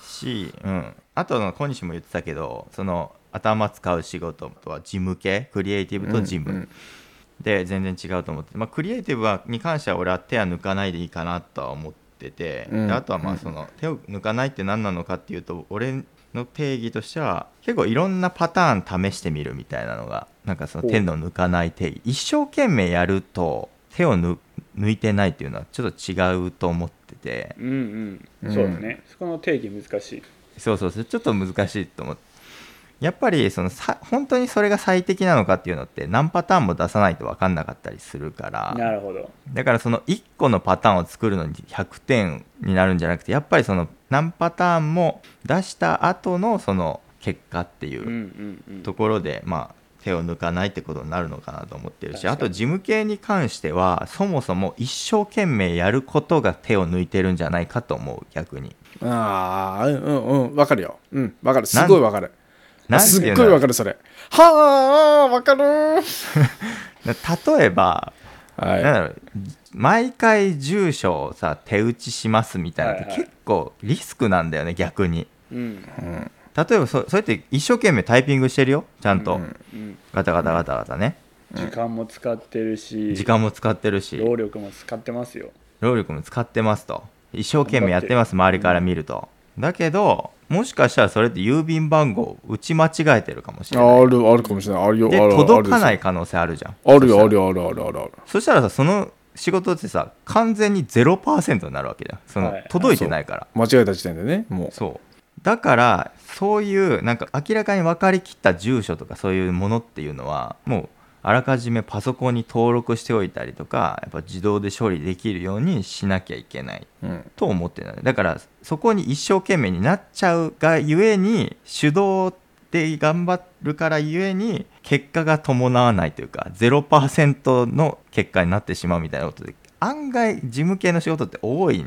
[SPEAKER 1] し、うん、あとの小西も言ってたけどその頭使う仕事とは事務系クリエイティブと事務、
[SPEAKER 5] うんうん
[SPEAKER 1] で全然違うと思って、まあ、クリエイティブはに関しては俺は手は抜かないでいいかなとは思ってて、
[SPEAKER 5] うん
[SPEAKER 1] であとはまあその手を抜かないって何なのかっていうと俺の定義としては結構いろんなパターン試してみるみたいなのがなんかその手の抜かない定義一生懸命やると手を抜抜いてないっていうのはちょっと違うと思ってて
[SPEAKER 3] うんう、
[SPEAKER 5] うんん
[SPEAKER 3] そうだねそこの定義難しい
[SPEAKER 1] そうそうそうちょっと難しいと思ってやっぱりそのさ本当にそれが最適なのかっていうのって何パターンも出さないと分かんなかったりするから
[SPEAKER 3] なるほど
[SPEAKER 1] だからその1個のパターンを作るのに100点になるんじゃなくてやっぱりその何パターンも出した後のその結果ってい
[SPEAKER 3] う
[SPEAKER 1] う
[SPEAKER 3] んうんうん
[SPEAKER 1] ところでまあ手を抜かないってことになるのかなと思ってるしあ
[SPEAKER 3] 確か
[SPEAKER 1] と
[SPEAKER 3] に
[SPEAKER 1] 事務系に関してはそもそも一生懸命やることが手を抜いてるんじゃないかと思う逆に。
[SPEAKER 5] ああ、うん、うん、うん、わかるよ。うん、わかる。すごいわかる。
[SPEAKER 1] なんて
[SPEAKER 5] す
[SPEAKER 1] い
[SPEAKER 5] っ
[SPEAKER 1] う
[SPEAKER 5] ごい
[SPEAKER 1] の
[SPEAKER 5] わかる、それ。はあ、わかる。
[SPEAKER 1] 例えばなん
[SPEAKER 5] は
[SPEAKER 1] だろう毎回住所をさ手打ちしますみたいなのっ
[SPEAKER 3] はい
[SPEAKER 1] て
[SPEAKER 3] はい
[SPEAKER 1] 結構リスクなんだよね逆に。
[SPEAKER 3] うん
[SPEAKER 1] 例えばそそうやって一生懸命タイピングしてるよちゃんと、
[SPEAKER 3] うん
[SPEAKER 1] ガタガタガタガタね、
[SPEAKER 3] 時間も使ってるし
[SPEAKER 1] 時間も使ってるし
[SPEAKER 3] 労力も使ってますよ
[SPEAKER 1] 労力も使ってますと一生懸命やってます周りから見ると、だけどもしかしたらそれって郵便番号打ち間違えてるかもし
[SPEAKER 5] い。
[SPEAKER 1] れない
[SPEAKER 5] ある、あるかもしれない。あるよ、
[SPEAKER 1] で
[SPEAKER 5] ある。。
[SPEAKER 1] 届かないい可能性あるじゃん
[SPEAKER 5] あるよ、あ
[SPEAKER 1] そし
[SPEAKER 5] るよ、ある、ある、ある、ある。
[SPEAKER 1] たらそしたらさその仕事ってさ完全に0%になるわけじゃんその、
[SPEAKER 3] はい
[SPEAKER 1] 届いてないから
[SPEAKER 5] 間違えた時点でね、もう。
[SPEAKER 1] そうだからそういうなんか明らかに分かりきった住所とかそういうものっていうのはもうあらかじめパソコンに登録しておいたりとかやっぱ自動で処理できるようにしなきゃいけない
[SPEAKER 5] うん、
[SPEAKER 1] と思ってないだからそこに一生懸命になっちゃうがゆえに手動で頑張るからゆえに結果が伴わないというか0%の結果になってしまうみたいなことで案外事務系の仕事って多い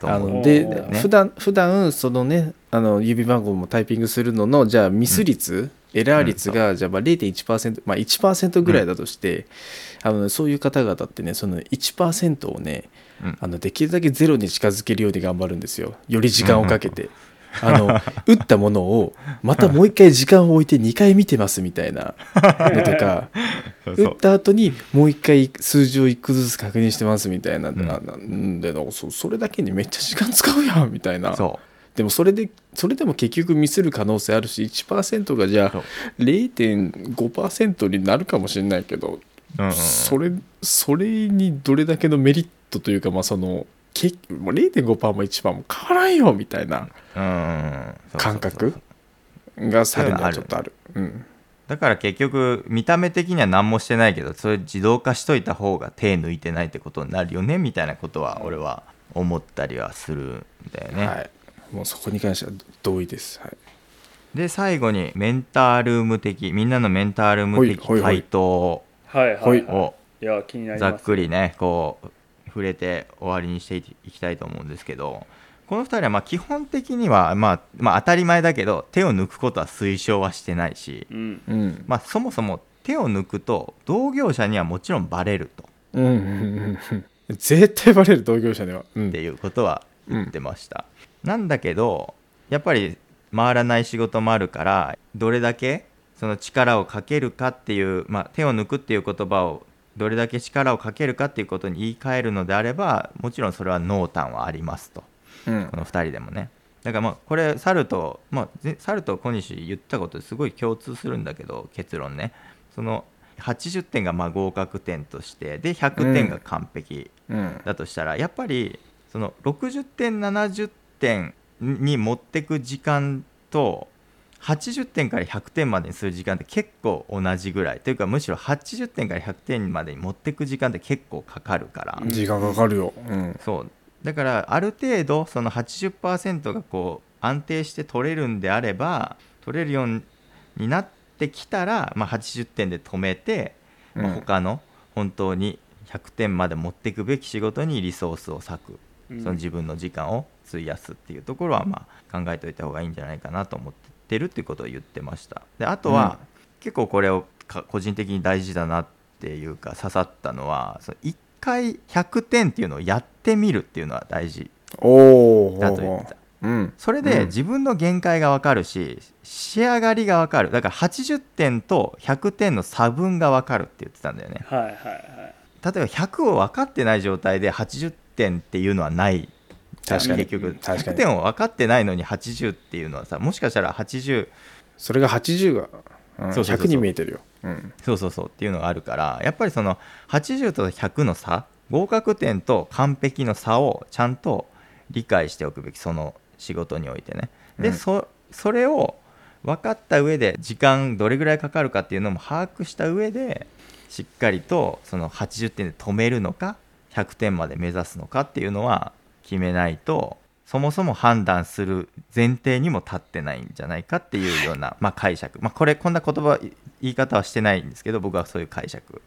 [SPEAKER 1] と
[SPEAKER 5] あ
[SPEAKER 1] 思う
[SPEAKER 5] の
[SPEAKER 3] う
[SPEAKER 5] で、
[SPEAKER 3] ね
[SPEAKER 5] 普段普段そのねあの指番号もタイピングするののじゃあミス率、エラー率が、じゃあまあ0.1%、まあ、1%ぐらいだとして、あのそういう方々ってねその1%をね、
[SPEAKER 1] うん
[SPEAKER 5] あのできるだけゼロに近づけるように頑張るんですよより時間をかけて。あの打ったものをまたもう一回時間を置いて2回見てますみたいなのと
[SPEAKER 1] (laughs)
[SPEAKER 5] か
[SPEAKER 1] そうそう
[SPEAKER 5] 打った後にもう一回数字を一個ずつ確認してますみたいな、
[SPEAKER 1] ん
[SPEAKER 5] ななんでのそそれだけにめっちゃ時間使うやんみたいな
[SPEAKER 1] そう
[SPEAKER 5] でもそれでそれでも結局ミスる可能性あるし1%がじゃ
[SPEAKER 1] そう
[SPEAKER 5] あ0.5%になるかもしれないけど、
[SPEAKER 1] うんうんうん
[SPEAKER 5] それそれにどれだけのメリットというかまあその結もう0.5%も1%も変わらんよみたいな
[SPEAKER 1] うんそうそうそう
[SPEAKER 5] 感覚がされるのはちょっとある。うん
[SPEAKER 1] だから結局見た目的には何もしてないけどそれ自動化しといた方が手抜いてないってことになるよねみたいなことは俺は思ったりはするんだよね、
[SPEAKER 5] はいもうそこに関しては同意です。はい
[SPEAKER 1] で最後にメンタールーム的みんなのメンタールーム的
[SPEAKER 5] ほいほいほい
[SPEAKER 1] 回答
[SPEAKER 3] はいはい、はい、
[SPEAKER 1] を
[SPEAKER 3] いや気になり
[SPEAKER 1] ざ
[SPEAKER 3] ま
[SPEAKER 1] っ
[SPEAKER 3] す
[SPEAKER 1] くりねこう触れて終わりにしていきたいと思うんですけどこの2人はまあ基本的には、まあ、まあ当たり前だけど手を抜くことは推奨はしてないし、
[SPEAKER 3] うん
[SPEAKER 5] うん
[SPEAKER 1] まあ、そもそも手を抜くと同業者にはもちろんバレると。
[SPEAKER 5] うんうんうんうん絶対バレる同業者には、う
[SPEAKER 1] っ
[SPEAKER 5] ん
[SPEAKER 1] ていうことは言ってました、なんだけどやっぱり回らない仕事もあるからどれだけその力をかけるかっていう、まあ、手を抜くっていう言葉をどれだけ力をかけるかっていうことに言い換えるのであればもちろんそれは濃淡はありますと
[SPEAKER 5] うん
[SPEAKER 1] この2人でもねだからまあこれ猿と、まあぜ、猿と小西言ったことすごい共通するんだけど結論ねその80点がまあ合格点としてで100点が完璧
[SPEAKER 5] うん
[SPEAKER 1] だとしたら、やっぱりその60点70点に持ってく時間と80点から100点までにする時間って結構同じぐらいというかむしろ80点から100点までに持ってく時間って結構かかるから、
[SPEAKER 5] 時間かかるようん
[SPEAKER 1] そうだからある程度その80%がこう安定して取れるんであれば取れるようになってきたら、まあ、80点で止めて、まあ
[SPEAKER 5] うん
[SPEAKER 1] 他の本当に100点まで持っていくべき仕事にリソースを割く
[SPEAKER 3] うん
[SPEAKER 1] その自分の時間を費やすっていうところはまあ考えておいた方がいいんじゃないかなと思ってるっていうことを言ってましたであとは結構これをか個人的に大事だなっていうか刺さったのはその1回100点っていうのをやってみるっていうのは大事
[SPEAKER 5] おお
[SPEAKER 1] だと言ってた
[SPEAKER 5] うん
[SPEAKER 1] それ
[SPEAKER 5] うん
[SPEAKER 1] で自分の限界が分かるし仕上がりが分かるだから80点と100点の差分が分かるって言ってたんだよね
[SPEAKER 3] はいはいはい
[SPEAKER 1] 例えば100を分かってない状態で80点っていうのはない
[SPEAKER 5] 確かに
[SPEAKER 1] 結局
[SPEAKER 5] 確か
[SPEAKER 1] 100
[SPEAKER 5] に
[SPEAKER 1] 点を分かってないのに80っていうのはさもしかしたら80
[SPEAKER 5] それが80がうん
[SPEAKER 1] そうそうそうそう
[SPEAKER 5] 100に見えてるようん
[SPEAKER 1] そうそうそうっていうのがあるからやっぱりその80と100の差合格点と完璧の差をちゃんと理解しておくべきその仕事においてね。で、
[SPEAKER 5] うん
[SPEAKER 1] そそれを分かった上で時間どれぐらいかかるかっていうのも把握した上でしっかりとその80点で止めるのか100点まで目指すのかっていうのは決めないとそもそも判断する前提にも立ってないんじゃないかっていうような、まあ、解釈、まあ、これこんな言葉い言い方はしてないんですけど僕はそういう解釈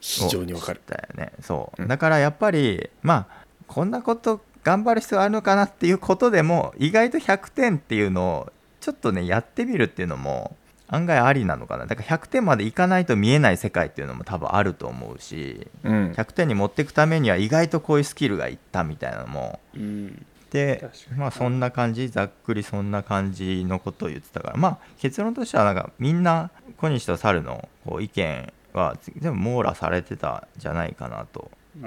[SPEAKER 5] 非常にわかる
[SPEAKER 1] だよねそうだからやっぱりまあこんなこと頑張る必要あるのかなっていうことでも意外と100点っていうのをちょっとねやってみるっていうのも案外ありなのかなだから100点までいかないと見えない世界っていうのも多分あると思うし
[SPEAKER 5] うん
[SPEAKER 1] 100点に持っていくためには意外とこういうスキルがいったみたいなのも
[SPEAKER 3] うん
[SPEAKER 1] で
[SPEAKER 3] 確かに
[SPEAKER 1] まあそんな感じざっくりそんな感じのことを言ってたからまあ結論としてはなんかみんな小西と猿のこう意見は全部網羅されてたんじゃないかなと
[SPEAKER 3] お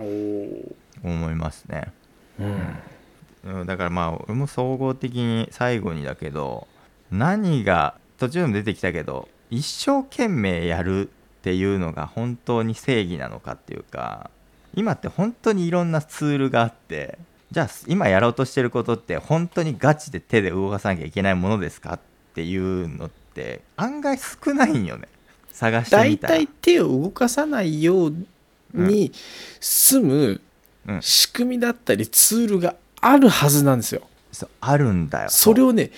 [SPEAKER 3] お
[SPEAKER 1] 思いますね、
[SPEAKER 5] うん
[SPEAKER 1] うん、だからまあ俺も総合的に最後にだけど何が途中でも出てきたけど一生懸命やるっていうのが本当に正義なのかっていうか今って本当にいろんなツールがあってじゃあ今やろうとしてることって本当にガチで手で動かさなきゃいけないものですかっていうのって案外少ないんよね探して
[SPEAKER 5] 大
[SPEAKER 1] みたら
[SPEAKER 5] 体手を動かさないように済む
[SPEAKER 1] うん
[SPEAKER 5] 仕組みだったりツールがあるはずなんですよ。
[SPEAKER 1] そうあるんだよ
[SPEAKER 5] それをね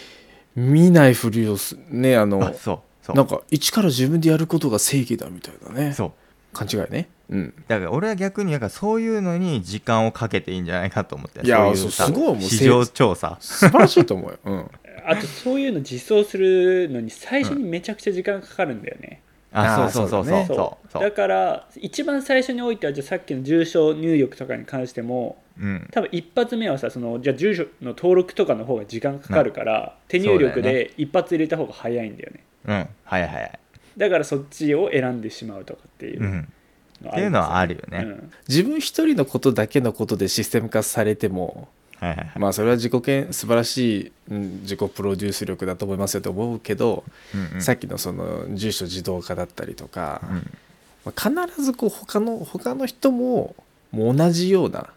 [SPEAKER 5] 見ないふりをすねあ
[SPEAKER 1] あ
[SPEAKER 5] の
[SPEAKER 1] そうそう
[SPEAKER 5] なんか一から自分でやることが正義だみたいなね
[SPEAKER 1] そう
[SPEAKER 5] 勘違いね。うん、
[SPEAKER 1] だから俺は逆になんかそういうのに時間をかけていいんじゃないかと思って
[SPEAKER 5] いや
[SPEAKER 1] そういう
[SPEAKER 5] そう
[SPEAKER 1] さ
[SPEAKER 5] すごいもう
[SPEAKER 1] 市場調査
[SPEAKER 5] 素晴らしいと思うよ。うん、
[SPEAKER 3] あとそういうの実装するのに最初にめちゃくちゃ時間かかるんだよね、
[SPEAKER 1] あ
[SPEAKER 5] あー
[SPEAKER 1] そうそうそう
[SPEAKER 5] そう
[SPEAKER 1] そ
[SPEAKER 5] だ
[SPEAKER 1] う
[SPEAKER 5] ね
[SPEAKER 1] そうそう
[SPEAKER 3] だから一番最初においてはじゃあさっきの住所入力とかに関しても
[SPEAKER 1] うん
[SPEAKER 3] 多分一発目はさそのじゃあ住所の登録とかの方が時間かかるから、手入力
[SPEAKER 1] そうだよ
[SPEAKER 3] で一発入れた方が早いんだよね
[SPEAKER 1] うんはいはい
[SPEAKER 3] だからそっちを選んでしまうとかっていううんの
[SPEAKER 1] っていうのはあるよ
[SPEAKER 3] あ
[SPEAKER 1] ね
[SPEAKER 3] りますよね
[SPEAKER 5] 自分一人のことだけのことでシステム化されても
[SPEAKER 1] はいはいはい
[SPEAKER 5] まあそれは自己権素晴らしい、うん、自己プロデュース力だと思いますよと思うけど、
[SPEAKER 1] うんうん
[SPEAKER 5] さっきのその住所自動化だったりとか、
[SPEAKER 1] うん
[SPEAKER 5] まあ必ずこう他の他の人ももう同じような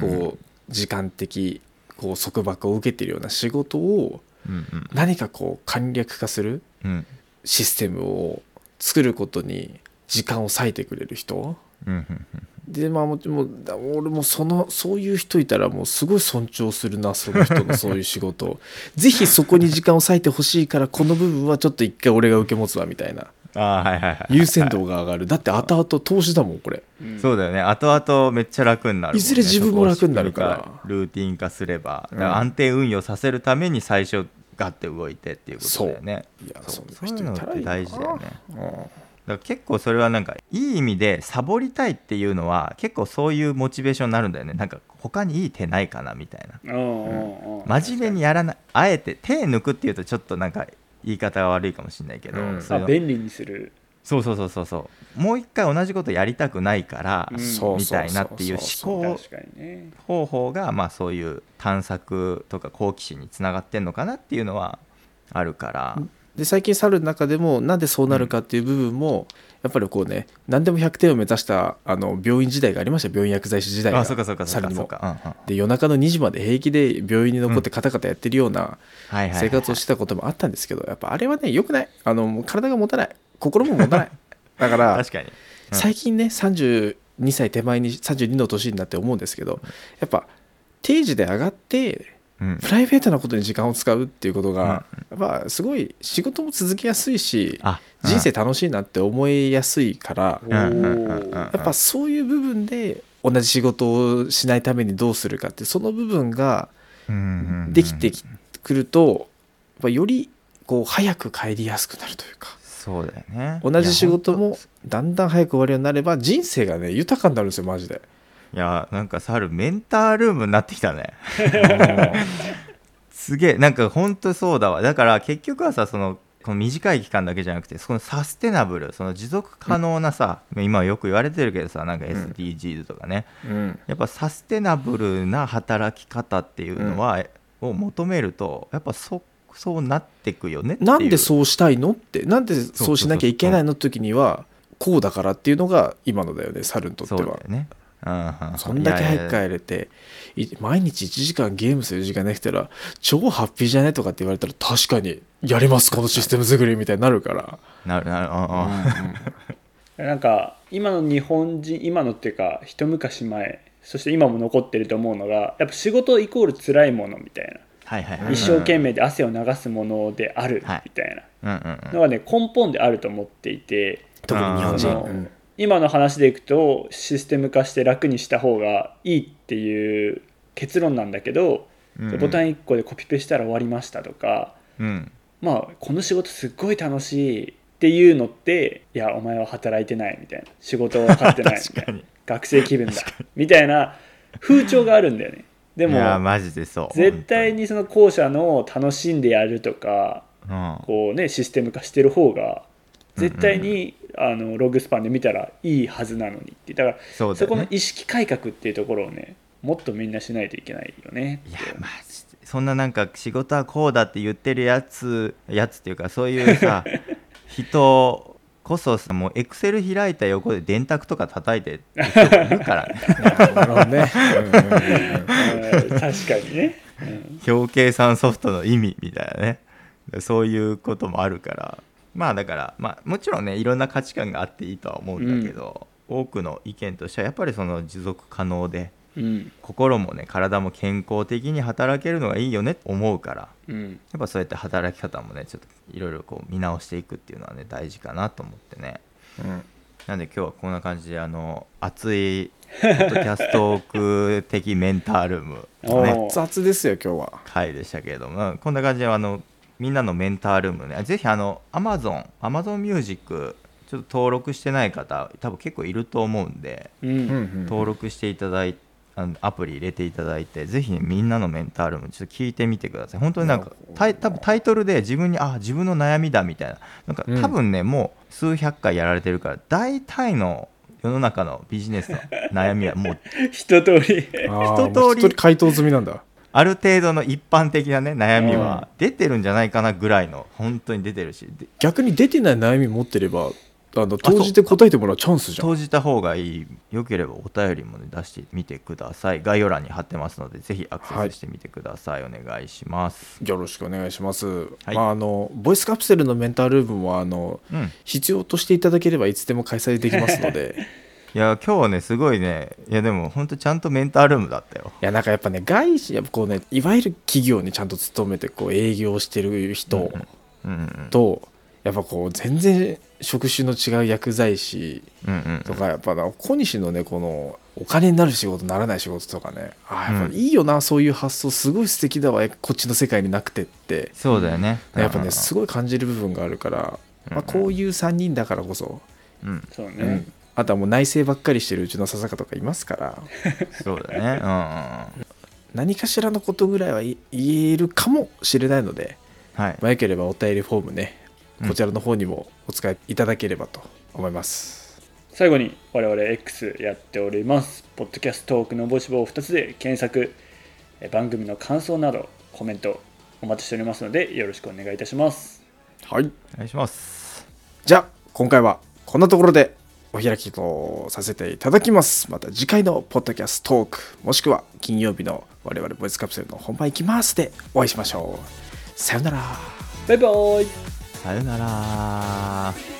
[SPEAKER 5] こう、
[SPEAKER 1] うん
[SPEAKER 5] 時間的こう束縛を受けているような仕事を
[SPEAKER 1] うんうん
[SPEAKER 5] 何かこう簡略化する
[SPEAKER 1] うん
[SPEAKER 5] システムを作ることに時間を割いてくれる人
[SPEAKER 1] うんうん
[SPEAKER 5] でまあもうもうだ俺もそのそういう人いたらもうすごい尊重するなその人のそういう仕事 (laughs) をぜひそこに時間を割いてほしいからこの部分はちょっと一回俺が受け持つわみたいな
[SPEAKER 1] ああはいはいは
[SPEAKER 5] 優先度が上がるだって後々投資だもんこれ
[SPEAKER 3] うんうん
[SPEAKER 1] いそうだよね後々めっちゃ楽になるもんね
[SPEAKER 5] いずれ自分も楽になるから
[SPEAKER 1] そこを仕組み化ルーティン化すれば
[SPEAKER 5] うん
[SPEAKER 1] だから安定運用させるために最初ガッて動いてっていうことだよね
[SPEAKER 5] いや
[SPEAKER 1] そうそ
[SPEAKER 5] そんな
[SPEAKER 1] うい
[SPEAKER 5] 人
[SPEAKER 1] うの
[SPEAKER 5] い
[SPEAKER 1] った
[SPEAKER 5] ら
[SPEAKER 1] て大事だよね
[SPEAKER 5] うん
[SPEAKER 1] だから結構それはなんかいい意味でサボりたいっていうのは結構そういうモチベーションになるんだよねなんか他にいい手ないかなみたいな
[SPEAKER 3] うんうんうん
[SPEAKER 1] 真面目にやらないあえて手抜くっていうとちょっとなんか言い方が悪いかもしれないけど、
[SPEAKER 5] うん
[SPEAKER 1] そ
[SPEAKER 3] あ
[SPEAKER 1] れを
[SPEAKER 3] 便利にする
[SPEAKER 1] そうそうそうそうそうもう一回同じことやりたくないから、
[SPEAKER 3] うん
[SPEAKER 5] そう
[SPEAKER 1] み
[SPEAKER 5] そうそ
[SPEAKER 1] た
[SPEAKER 5] うそう
[SPEAKER 1] いなっていう思考
[SPEAKER 3] 確かにね
[SPEAKER 1] 方法が、まあ、そういう探索とか好奇心につながってんのかなっていうのはあるから、
[SPEAKER 5] で最近猿の中でもなんでそうなるかっていう部分も、やっぱりこうね何でも100点を目指したあの病院時代がありましたよ病院薬剤師時代が
[SPEAKER 1] あそうかそうかそうか
[SPEAKER 5] 猿に
[SPEAKER 1] そう
[SPEAKER 5] も
[SPEAKER 1] か、うんうん
[SPEAKER 5] で夜中の2時まで平気で病院に残ってカタカタやってるような
[SPEAKER 1] はいはいはい
[SPEAKER 5] 生活をしてたこともあったんですけど、やっぱあれはね良くないあのもう体が持たない心も持たない
[SPEAKER 1] (laughs)
[SPEAKER 5] だから
[SPEAKER 1] 確かにうん
[SPEAKER 5] 最近ね32歳手前に32の年になって思うんですけどやっぱ定時で上がって
[SPEAKER 1] うん
[SPEAKER 5] プライベートなことに時間を使うっていうことが、やっぱすごい仕事も続きやすいし
[SPEAKER 1] あ
[SPEAKER 5] 人生楽しいなって思いやすいから、
[SPEAKER 1] うんうんうんうんうん
[SPEAKER 3] おー
[SPEAKER 5] やっぱそういう部分で同じ仕事をしないためにどうするかってその部分ができて
[SPEAKER 1] き
[SPEAKER 5] きくるとやっぱよりこう早く帰りやすくなるというか
[SPEAKER 1] そうだよね
[SPEAKER 5] 同じ仕事
[SPEAKER 1] いや
[SPEAKER 5] もだんだん早く終わるようになれば人生がね豊かになるんですよマジで。
[SPEAKER 1] いやなんか猿メンタールームになってきたね (laughs) すげえなんかほんとそうだわだから結局はさそのこの短い期間だけじゃなくてそのサステナブルその持続可能なさ、今よく言われてるけどさなんか SDGs とかね、
[SPEAKER 5] うん
[SPEAKER 1] やっぱサステナブルな働き方っていうのは、を求めるとやっぱそそうなってくよねっていう
[SPEAKER 5] なんでそうしたいのってなんでそうしなきゃいけないのって時にはこうだからっていうのが今のだよね猿にとって
[SPEAKER 1] そうだ
[SPEAKER 5] は
[SPEAKER 1] よ。ねうんうん
[SPEAKER 5] そんだけ早
[SPEAKER 1] い
[SPEAKER 5] く
[SPEAKER 1] やいや
[SPEAKER 5] 帰れてい毎日1時間ゲームする時間できたら超ハッピーじゃねとかって言われたら確かにやりますこのシステム作りみたいになるから
[SPEAKER 1] なるなるうんうん
[SPEAKER 3] なんか今の日本人今のっていうか一昔前そして今も残ってると思うのがやっぱ仕事イコール辛いものみたい
[SPEAKER 1] はいはいは
[SPEAKER 3] ない一生懸命で汗を流すものである
[SPEAKER 1] はい
[SPEAKER 3] みたい
[SPEAKER 1] うんうんうん
[SPEAKER 3] なのがね根本であると思っていて
[SPEAKER 5] 特に日本人
[SPEAKER 3] その今の話でいくとシステム化して楽にした方がいいっていう結論なんだけど
[SPEAKER 1] うんうん
[SPEAKER 3] ボタン1個でコピペしたら終わりましたとか
[SPEAKER 1] うん
[SPEAKER 3] まあこの仕事すっごい楽しいっていうのっていやお前は働いてないみたいな仕事を分かってな
[SPEAKER 1] (laughs)
[SPEAKER 3] いみたいな学生気分だみたいな風潮があるんだよねで
[SPEAKER 1] いや
[SPEAKER 3] も
[SPEAKER 1] マジでそう
[SPEAKER 3] 絶対にその後者の楽しんでやるとか
[SPEAKER 1] 本
[SPEAKER 3] こうねシステム化してる方が絶対にあのログスパンで見たらいいはずなのにってだか
[SPEAKER 1] 当にそう
[SPEAKER 3] ら
[SPEAKER 1] だ
[SPEAKER 3] そ
[SPEAKER 1] よ
[SPEAKER 3] こ
[SPEAKER 1] ね
[SPEAKER 3] の意識改革っていうところをねもっとみんなしないといけない
[SPEAKER 1] (laughs)
[SPEAKER 3] よね
[SPEAKER 1] いやマジでそんななんか仕事はこうだって言ってるやつやつっていうかそういう
[SPEAKER 3] (laughs)
[SPEAKER 1] さ人こそさもうエクセル開いた横で電卓とか叩いてる人がいるからね
[SPEAKER 3] (laughs)
[SPEAKER 5] なるほど (laughs) ねうんうんうん
[SPEAKER 3] うん確かにね
[SPEAKER 1] 表計算ソフトの意味みたいなねそういうこともあるからまあだから、まあ、もちろんねいろんな価値観があっていいとは思うんだけど、多くの意見としてはやっぱりその持続可能で
[SPEAKER 3] うん
[SPEAKER 1] 心もね体も健康的に働けるのがいいよねと思うから
[SPEAKER 3] うん
[SPEAKER 1] やっぱそうやって働き方もねちょっといろいろこう見直していくっていうのはね大事かなと思ってね
[SPEAKER 5] うん
[SPEAKER 1] なんで今日はこんな感じであの熱いポッドキャストーク的メンタールームのね
[SPEAKER 3] (laughs) おー
[SPEAKER 5] 雑ですよ今日は
[SPEAKER 1] 回でしたけれどもうんこんな感じであのみんなのメンタールームねぜひあの Amazon Amazon Music ちょっと登録してない方多分結構いると思うんで
[SPEAKER 3] うん
[SPEAKER 1] 登録していただいあのアプリ入れていただいてぜひねみんなのメンタールもちょっと聞いてみてください本当になんかタイ多分タイトルで自分にあ自分の悩みだみたいななんか
[SPEAKER 5] うん
[SPEAKER 1] 多分ね、もう数百回やられてるから大体の世の中のビジネスの悩みはも (laughs) う
[SPEAKER 3] 一通り
[SPEAKER 5] 一
[SPEAKER 1] 一通り
[SPEAKER 5] 通り回答済みなんだ
[SPEAKER 1] ある程度の一般的なね悩みは出てるんじゃないかなぐらいの本当に出てるしで
[SPEAKER 5] 逆に出てない悩み持ってればあの投じて答えてもらうチャンスじゃん
[SPEAKER 1] 投じた方がいいよければお便りも、ね、出してみてください概要欄に貼ってますのでぜひアクセスしてみてください、お願いします
[SPEAKER 5] よろしくお願いします、
[SPEAKER 1] はい
[SPEAKER 5] まあ、あのボイスカプセルのメンタールームはあの
[SPEAKER 1] うん
[SPEAKER 5] 必要としていただければいつでも開催できますので
[SPEAKER 1] (laughs) いや今日はねすごいねいやでも本当ちゃんとメンタールームだったよ
[SPEAKER 5] いやなんかやっぱね外資やっぱこうねいわゆる企業にちゃんと勤めてこう営業してる人
[SPEAKER 1] うんうん
[SPEAKER 5] と、やっぱこう全然職種の違う薬剤師
[SPEAKER 1] うんうん
[SPEAKER 5] とかやっぱな小西のねこのお金になる仕事ならない仕事とかねあやっぱいいよな、そういう発想すごい素敵だわこっちの世界になくてって
[SPEAKER 1] そうだよね
[SPEAKER 5] やっ
[SPEAKER 1] うん
[SPEAKER 5] ぱ
[SPEAKER 1] うん
[SPEAKER 5] ねすごい感じる部分があるから、まあ、こういう3人だからこそ、
[SPEAKER 1] うん
[SPEAKER 3] そうね、
[SPEAKER 5] うんあとはもう内政ばっかりしてるうちの笹香とかいますから
[SPEAKER 1] そうだねうんうんうん
[SPEAKER 5] 何かしらのことぐらいはい言えるかもしれないので、
[SPEAKER 1] はい
[SPEAKER 5] まあ、よければお便りフォームね
[SPEAKER 1] うん
[SPEAKER 5] こちらの方にもお使いいただければと思います。
[SPEAKER 3] 最後に我々 X やっております。ポッドキャストトークのぼしぼを2つで検索、え番組の感想などコメントお待ちしておりますのでよろしくお願いいたします。
[SPEAKER 5] はい。
[SPEAKER 1] お願いします
[SPEAKER 5] じゃあ、今回はこんなところでお開きとさせていただきます。また次回のポッドキャストトーク、もしくは金曜日の我々ボイスカプセルの本番行きますでお会いしましょう。さようなら。
[SPEAKER 3] バイバイ
[SPEAKER 1] さよなら